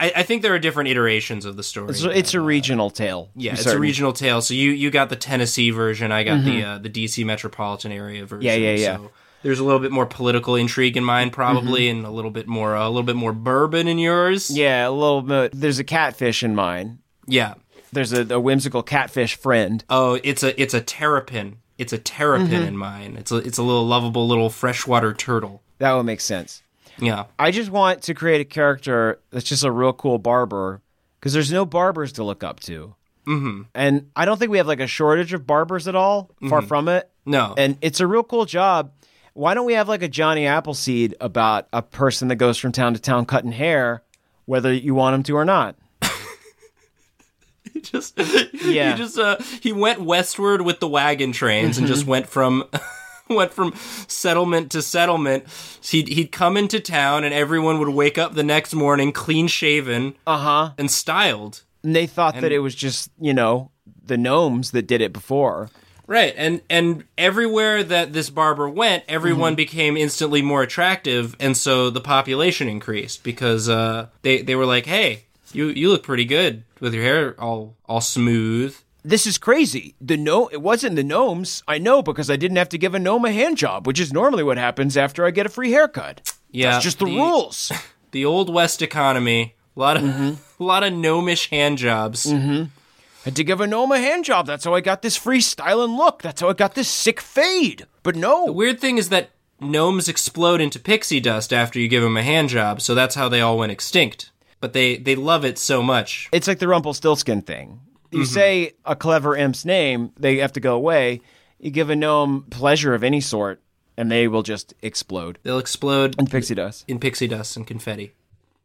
Speaker 3: I I think there are different iterations of the story.
Speaker 2: So it's a regional tale.
Speaker 3: yeah,
Speaker 2: I'm
Speaker 3: it's a
Speaker 2: certain. Mm-hmm.
Speaker 3: regional tale. So you you got the Tennessee version. I got the uh, the DC metropolitan area version.
Speaker 2: Yeah, yeah, yeah.
Speaker 3: So there's a little bit more political intrigue in mine, probably, and a little bit more uh, a little bit more bourbon in yours.
Speaker 2: Mm-hmm. Yeah, a little bit. There's a catfish in mine.
Speaker 3: yeah.
Speaker 2: There's a, a whimsical catfish friend.
Speaker 3: Oh, it's a it's a terrapin. It's a terrapin
Speaker 2: Mm-hmm.
Speaker 3: in mine. It's a it's a little lovable little freshwater turtle.
Speaker 2: That would make sense.
Speaker 3: Yeah.
Speaker 2: I just want to create a character that's just a real cool barber because there's no barbers to look up to. Mm-hmm. And I don't think we have like a shortage of barbers at all. Far from it.
Speaker 3: Mm-hmm. No.
Speaker 2: And it's a real cool job. Why don't we have like a Johnny Appleseed about a person that goes from town to town cutting hair, whether you want him to or not?
Speaker 3: just
Speaker 2: Yeah.
Speaker 3: he just uh he went westward with the wagon trains and just went from went from settlement to settlement he'd, he'd come into town and everyone would wake up the next morning clean shaven
Speaker 2: Uh huh.
Speaker 3: and styled
Speaker 2: And they thought that it was just, you know, the gnomes that did it before.
Speaker 3: right and and everywhere that this barber went everyone became instantly more attractive and so the population increased because uh they they were like hey you you look pretty good with your hair all all smooth
Speaker 2: this is crazy. The no, it wasn't the gnomes. I know because I didn't have to give a gnome a hand job, which is normally what happens after I get a free haircut.
Speaker 3: yeah
Speaker 2: That's just the, rules.
Speaker 3: the old west economy a lot of a lot of gnomish hand jobs
Speaker 2: had to give a gnome a hand job. That's how I got this free styling look. That's how I got this sick fade. But no,
Speaker 3: The weird thing is that gnomes explode into pixie dust after you give them a hand job, so that's how they all went extinct. But they they love it so much.
Speaker 2: it's like the Rumpelstiltskin thing. You
Speaker 3: Mm-hmm.
Speaker 2: say a clever imp's name, they have to go away. You give a gnome pleasure of any sort, and they will just explode.
Speaker 3: They'll explode
Speaker 2: And pixie dust.
Speaker 3: in pixie dust and confetti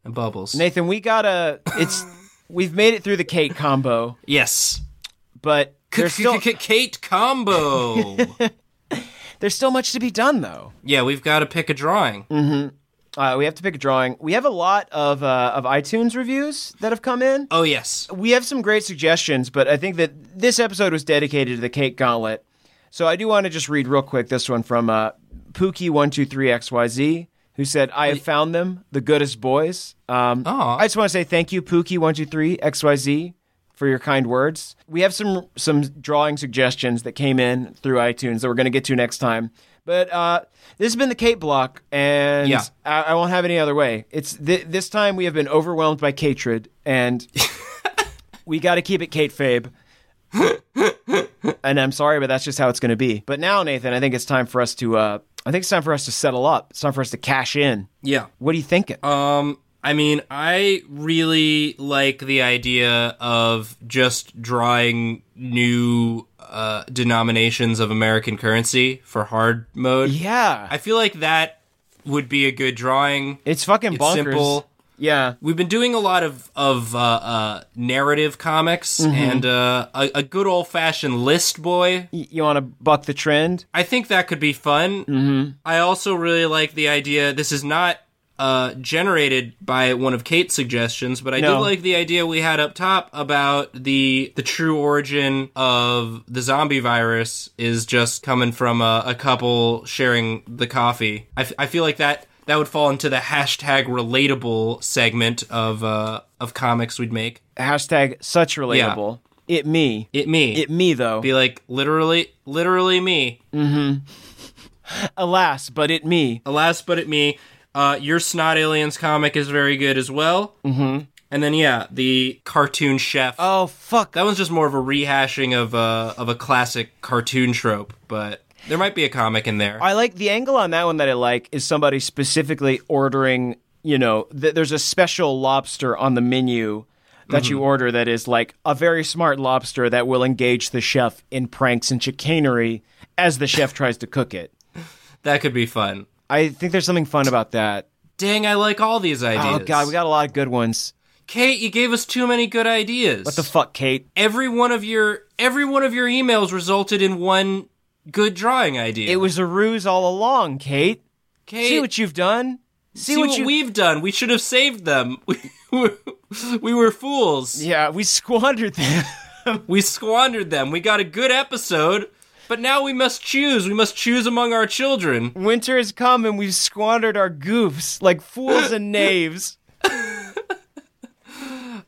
Speaker 3: and bubbles.
Speaker 2: Nathan, we gotta. It's we've made it through the cake combo,
Speaker 3: yes.
Speaker 2: but there's still
Speaker 3: Kate combo.
Speaker 2: there's still much to be done though.
Speaker 3: yeah, we've got to pick a drawing.
Speaker 2: Uh, we have to pick a drawing. We have a lot of uh, of iTunes reviews that have come in.
Speaker 3: Oh yes.
Speaker 2: we have some great suggestions, but I think that this episode was dedicated to the cake gauntlet. So I do want to just read real quick this one from uh, Pookie123XYZ, who said, I have found them, the goodest boys. Um,
Speaker 3: Aw.
Speaker 2: I just want to say thank you, Pookie123XYZ, for your kind words. We have some, some drawing suggestions that came in through iTunes that we're going to get to next time. But uh, this has been the Kate block, and
Speaker 3: Yeah.
Speaker 2: I, I won't have any other way. It's th- this time we have been overwhelmed by hatred, and we got to keep it Kate Fabe. and I'm sorry, but that's just how it's going to be. But now, Nathan, I think it's time for us to. Uh, I think it's time for us to settle up. It's time for us to cash in.
Speaker 3: Yeah.
Speaker 2: What are you thinking?
Speaker 3: Um, I mean, I really like the idea of just drawing new uh, denominations of American currency for hard mode.
Speaker 2: yeah,
Speaker 3: I feel like that would be a good drawing.
Speaker 2: it's fucking
Speaker 3: it's
Speaker 2: bonkers.
Speaker 3: simple.
Speaker 2: Yeah,
Speaker 3: We've been doing a lot of of uh, uh, narrative comics and uh, a, a good old fashioned list boy.
Speaker 2: Y- you want to buck the trend?
Speaker 3: I think that could be fun. Mm-hmm. I also really like the idea. This is not uh, generated by one of Kate's suggestions, but I
Speaker 2: No.
Speaker 3: do like the idea we had up top about the the true origin of the zombie virus is just coming from a, a couple sharing the coffee. I, f- I feel like that that would fall into the hashtag relatable segment of uh, of comics we'd make.
Speaker 2: Hashtag such relatable. It me.
Speaker 3: It me.
Speaker 2: It me though.
Speaker 3: be like literally, literally me.
Speaker 2: Alas, but it me.
Speaker 3: Alas, but at me. Uh, Your Snot Aliens comic is very good as well. Mm-hmm. And then yeah, the cartoon chef.
Speaker 2: Oh fuck.
Speaker 3: that one's just more of a rehashing of a of a classic cartoon trope, but there might be a comic in there.
Speaker 2: I like the angle on that one that I like is somebody specifically ordering, you know, th- there's a special lobster on the menu that
Speaker 3: Mm-hmm.
Speaker 2: you order that is like a very smart lobster that will engage the chef in pranks and chicanery as the chef tries to cook it.
Speaker 3: that could be fun.
Speaker 2: I think there's something fun about that.
Speaker 3: Dang, I like all these
Speaker 2: Oh
Speaker 3: ideas.
Speaker 2: god, we got a lot of good ones.
Speaker 3: Kate. You gave us too many good ideas. What
Speaker 2: The fuck, Kate.
Speaker 3: every one of your every one of your emails resulted in one good drawing idea.
Speaker 2: It was a ruse all along, Kate.
Speaker 3: Kate.
Speaker 2: See what you've done. See,
Speaker 3: see
Speaker 2: what,
Speaker 3: what
Speaker 2: you
Speaker 3: we've done. We should have saved them. We were, we were fools.
Speaker 2: Yeah, we squandered them.
Speaker 3: We squandered them. We got a good episode, but now we must choose. We must choose among our children.
Speaker 2: Winter has come and we've squandered our goofs like fools and knaves.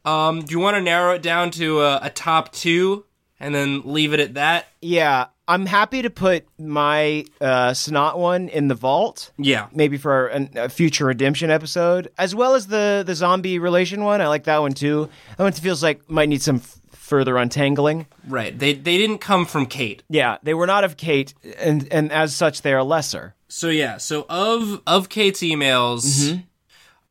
Speaker 3: Um, do you want to narrow it down to a, a top two and then leave it at that?
Speaker 2: Yeah, I'm happy to put my uh, snot one in the vault.
Speaker 3: Yeah.
Speaker 2: Maybe for an, a future redemption episode, as well as the the zombie relation one. I like that one too. That one feels like might need some f- further untangling.
Speaker 3: Right. They they didn't come from Kate.
Speaker 2: Yeah, they were not of Kate, and and as such, they are lesser.
Speaker 3: So yeah. So of of Kate's emails.
Speaker 2: Mm-hmm.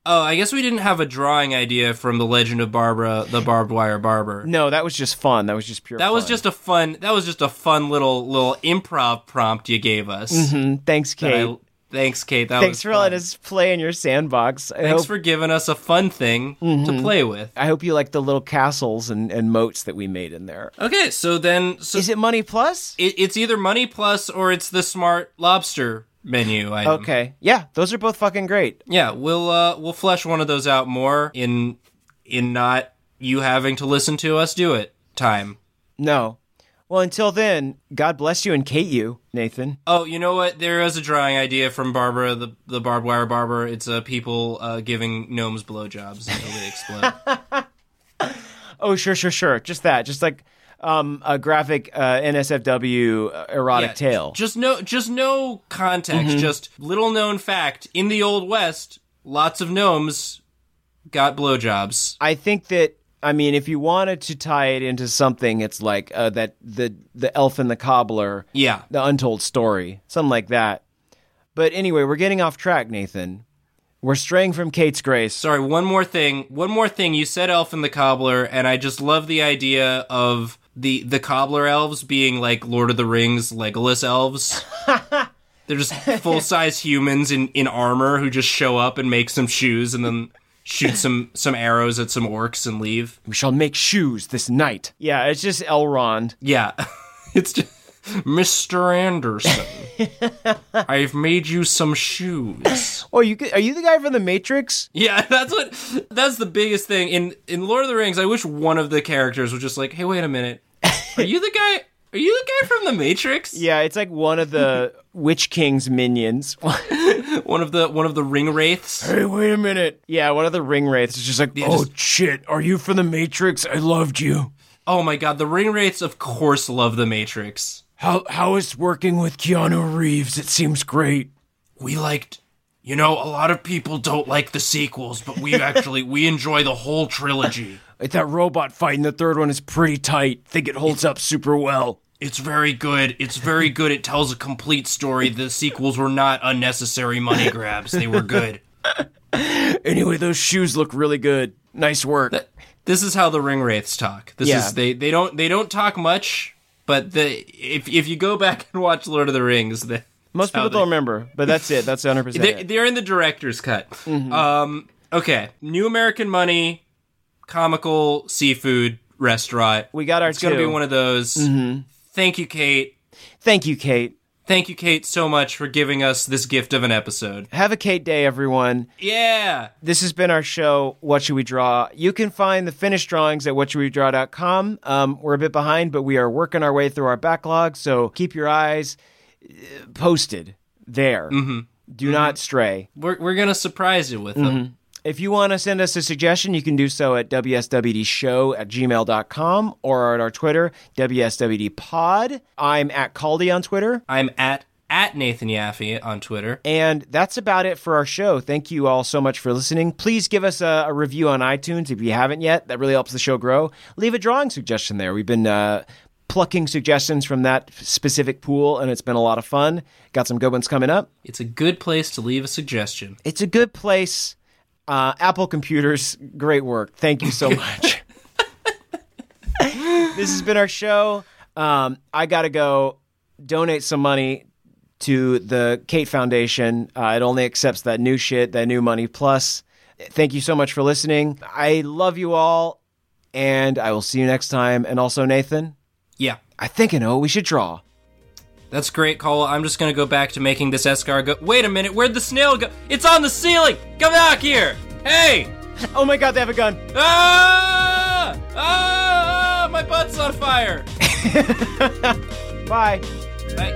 Speaker 3: Oh, I guess we didn't have a drawing idea from the Legend of Barbara, the barbed wire barber.
Speaker 2: No, that was just fun. That was just pure.
Speaker 3: That was
Speaker 2: fun.
Speaker 3: just a fun. That was just a fun little little improv prompt you gave us.
Speaker 2: Mm, thanks,
Speaker 3: I-
Speaker 2: Kate.
Speaker 3: thanks, Kate. That
Speaker 2: Thanks
Speaker 3: was
Speaker 2: for
Speaker 3: fun.
Speaker 2: letting us play in your sandbox. I
Speaker 3: Thanks
Speaker 2: hope
Speaker 3: for giving us a fun thing to
Speaker 2: Mm-hmm.
Speaker 3: play with.
Speaker 2: I hope you like the little castles and, and moats that we made in there.
Speaker 3: Okay, so then so
Speaker 2: Is it money plus?
Speaker 3: it, it's either Money Plus or it's the Smart Lobster menu. Item.
Speaker 2: Okay, yeah, those are both fucking great.
Speaker 3: Yeah, we'll uh we'll flesh one of those out more in in not you having to listen to us do it time.
Speaker 2: No. Well, until then, God bless you and Kate you, Nathan.
Speaker 3: Oh, you know what? There is a drawing idea from Barbara, the the barbed wire barber. It's uh, people uh, giving gnomes blowjobs until they explode.
Speaker 2: Oh, sure, sure, sure. Just that. Just like um, a graphic uh, NSFW uh, erotic
Speaker 3: Yeah,
Speaker 2: tale.
Speaker 3: Just no, just no context. Just little known fact: in the Old West, lots of gnomes got blowjobs.
Speaker 2: I think that I mean, if you wanted to tie it into something, it's like uh, that the the elf and the cobbler,
Speaker 3: Yeah.
Speaker 2: the untold story, something like that. But anyway, we're getting off track, Nathan. We're straying from Kate's grace.
Speaker 3: Sorry, one more thing. One more thing. You said elf and the cobbler, and I just love the idea of the the cobbler elves being like Lord of the Rings Legolas elves. They're just full size humans in in armor who just show up and make some shoes and then shoot some some arrows at some orcs and leave.
Speaker 2: We shall make shoes this night. Yeah, it's just Elrond.
Speaker 3: Yeah. It's just Mr. Anderson. I've made you some shoes.
Speaker 2: Oh, you could- are you the guy from the Matrix?
Speaker 3: Yeah, that's what that's the biggest thing in in Lord of the Rings. I wish one of the characters was just like, "Hey, wait a minute. Are you the guy? Are you the guy from the Matrix?
Speaker 2: Yeah, it's like one of the Witch King's minions.
Speaker 3: One of the one of the ring wraiths."
Speaker 2: hey, wait a minute. Yeah, one of the ring wraiths is just like, oh
Speaker 3: just-
Speaker 2: shit, are you from the Matrix? I loved you.
Speaker 3: Oh my god, the ring wraiths of course love the Matrix.
Speaker 2: How how is working with Keanu Reeves? It seems great.
Speaker 3: We liked you know, a lot of people don't like the sequels, but we actually we enjoy the whole trilogy.
Speaker 2: Like that robot fight in the third one is pretty tight. Think it holds up super well.
Speaker 3: It's very good. It's very good. It tells a complete story. The sequels were not unnecessary money grabs. They were good.
Speaker 2: Anyway, those shoes look really good. Nice work.
Speaker 3: this is how the ring wraiths talk. This
Speaker 2: Yeah.
Speaker 3: is they they don't they don't talk much, but the if if you go back and watch Lord of the Rings, the,
Speaker 2: Most
Speaker 3: how
Speaker 2: people
Speaker 3: they-
Speaker 2: don't remember, but that's it. That's 100%.
Speaker 3: they they're in the director's cut.
Speaker 2: Mm-hmm.
Speaker 3: Um, okay, New American Money, comical seafood restaurant.
Speaker 2: we Mm-hmm. got our
Speaker 3: It's gonna
Speaker 2: two.
Speaker 3: be one of those. Thank you, Kate.
Speaker 2: Thank you, Kate.
Speaker 3: Thank you, Kate, so much for giving us this gift of an episode.
Speaker 2: Have a Kate day, everyone.
Speaker 3: Yeah.
Speaker 2: This has been our show, What Should We Draw? You can find the finished drawings at whatshould Um, we're a bit behind, but we are working our way through our backlog, so keep your eyes uh, posted there. Do not stray.
Speaker 3: We're, we're gonna surprise you with them.
Speaker 2: If you want to send us a suggestion, you can do so at WSWDshow at gmail.com or at our Twitter, WSWDpod. I'm at Caldy on Twitter.
Speaker 3: I'm at at Nathan Yaffe on Twitter.
Speaker 2: And that's about it for our show. Thank you all so much for listening. Please give us a, a review on iTunes if you haven't yet. That really helps the show grow. Leave a drawing suggestion there. We've been uh, plucking suggestions from that specific pool, and it's been a lot of fun. Got some good ones coming up.
Speaker 3: It's a good place to leave a suggestion.
Speaker 2: It's a good place. Uh, Apple Computers, great work. Thank you so much. this has been our show. Um, I got to go donate some money to the Kate Foundation. Uh, it only accepts that new shit, that new money plus. Thank you so much for listening. I love you all, and I will see you next time. And also, Nathan,
Speaker 3: Yeah.
Speaker 2: I think I know what we should draw.
Speaker 3: That's great, Cole. I'm just gonna go back to making this escargot. Wait a minute, where'd the snail go? It's on the ceiling! Come back here! Hey!
Speaker 2: Oh my God, they have a gun.
Speaker 3: Ah! Ah! My butt's on fire!
Speaker 2: Bye.
Speaker 3: Bye.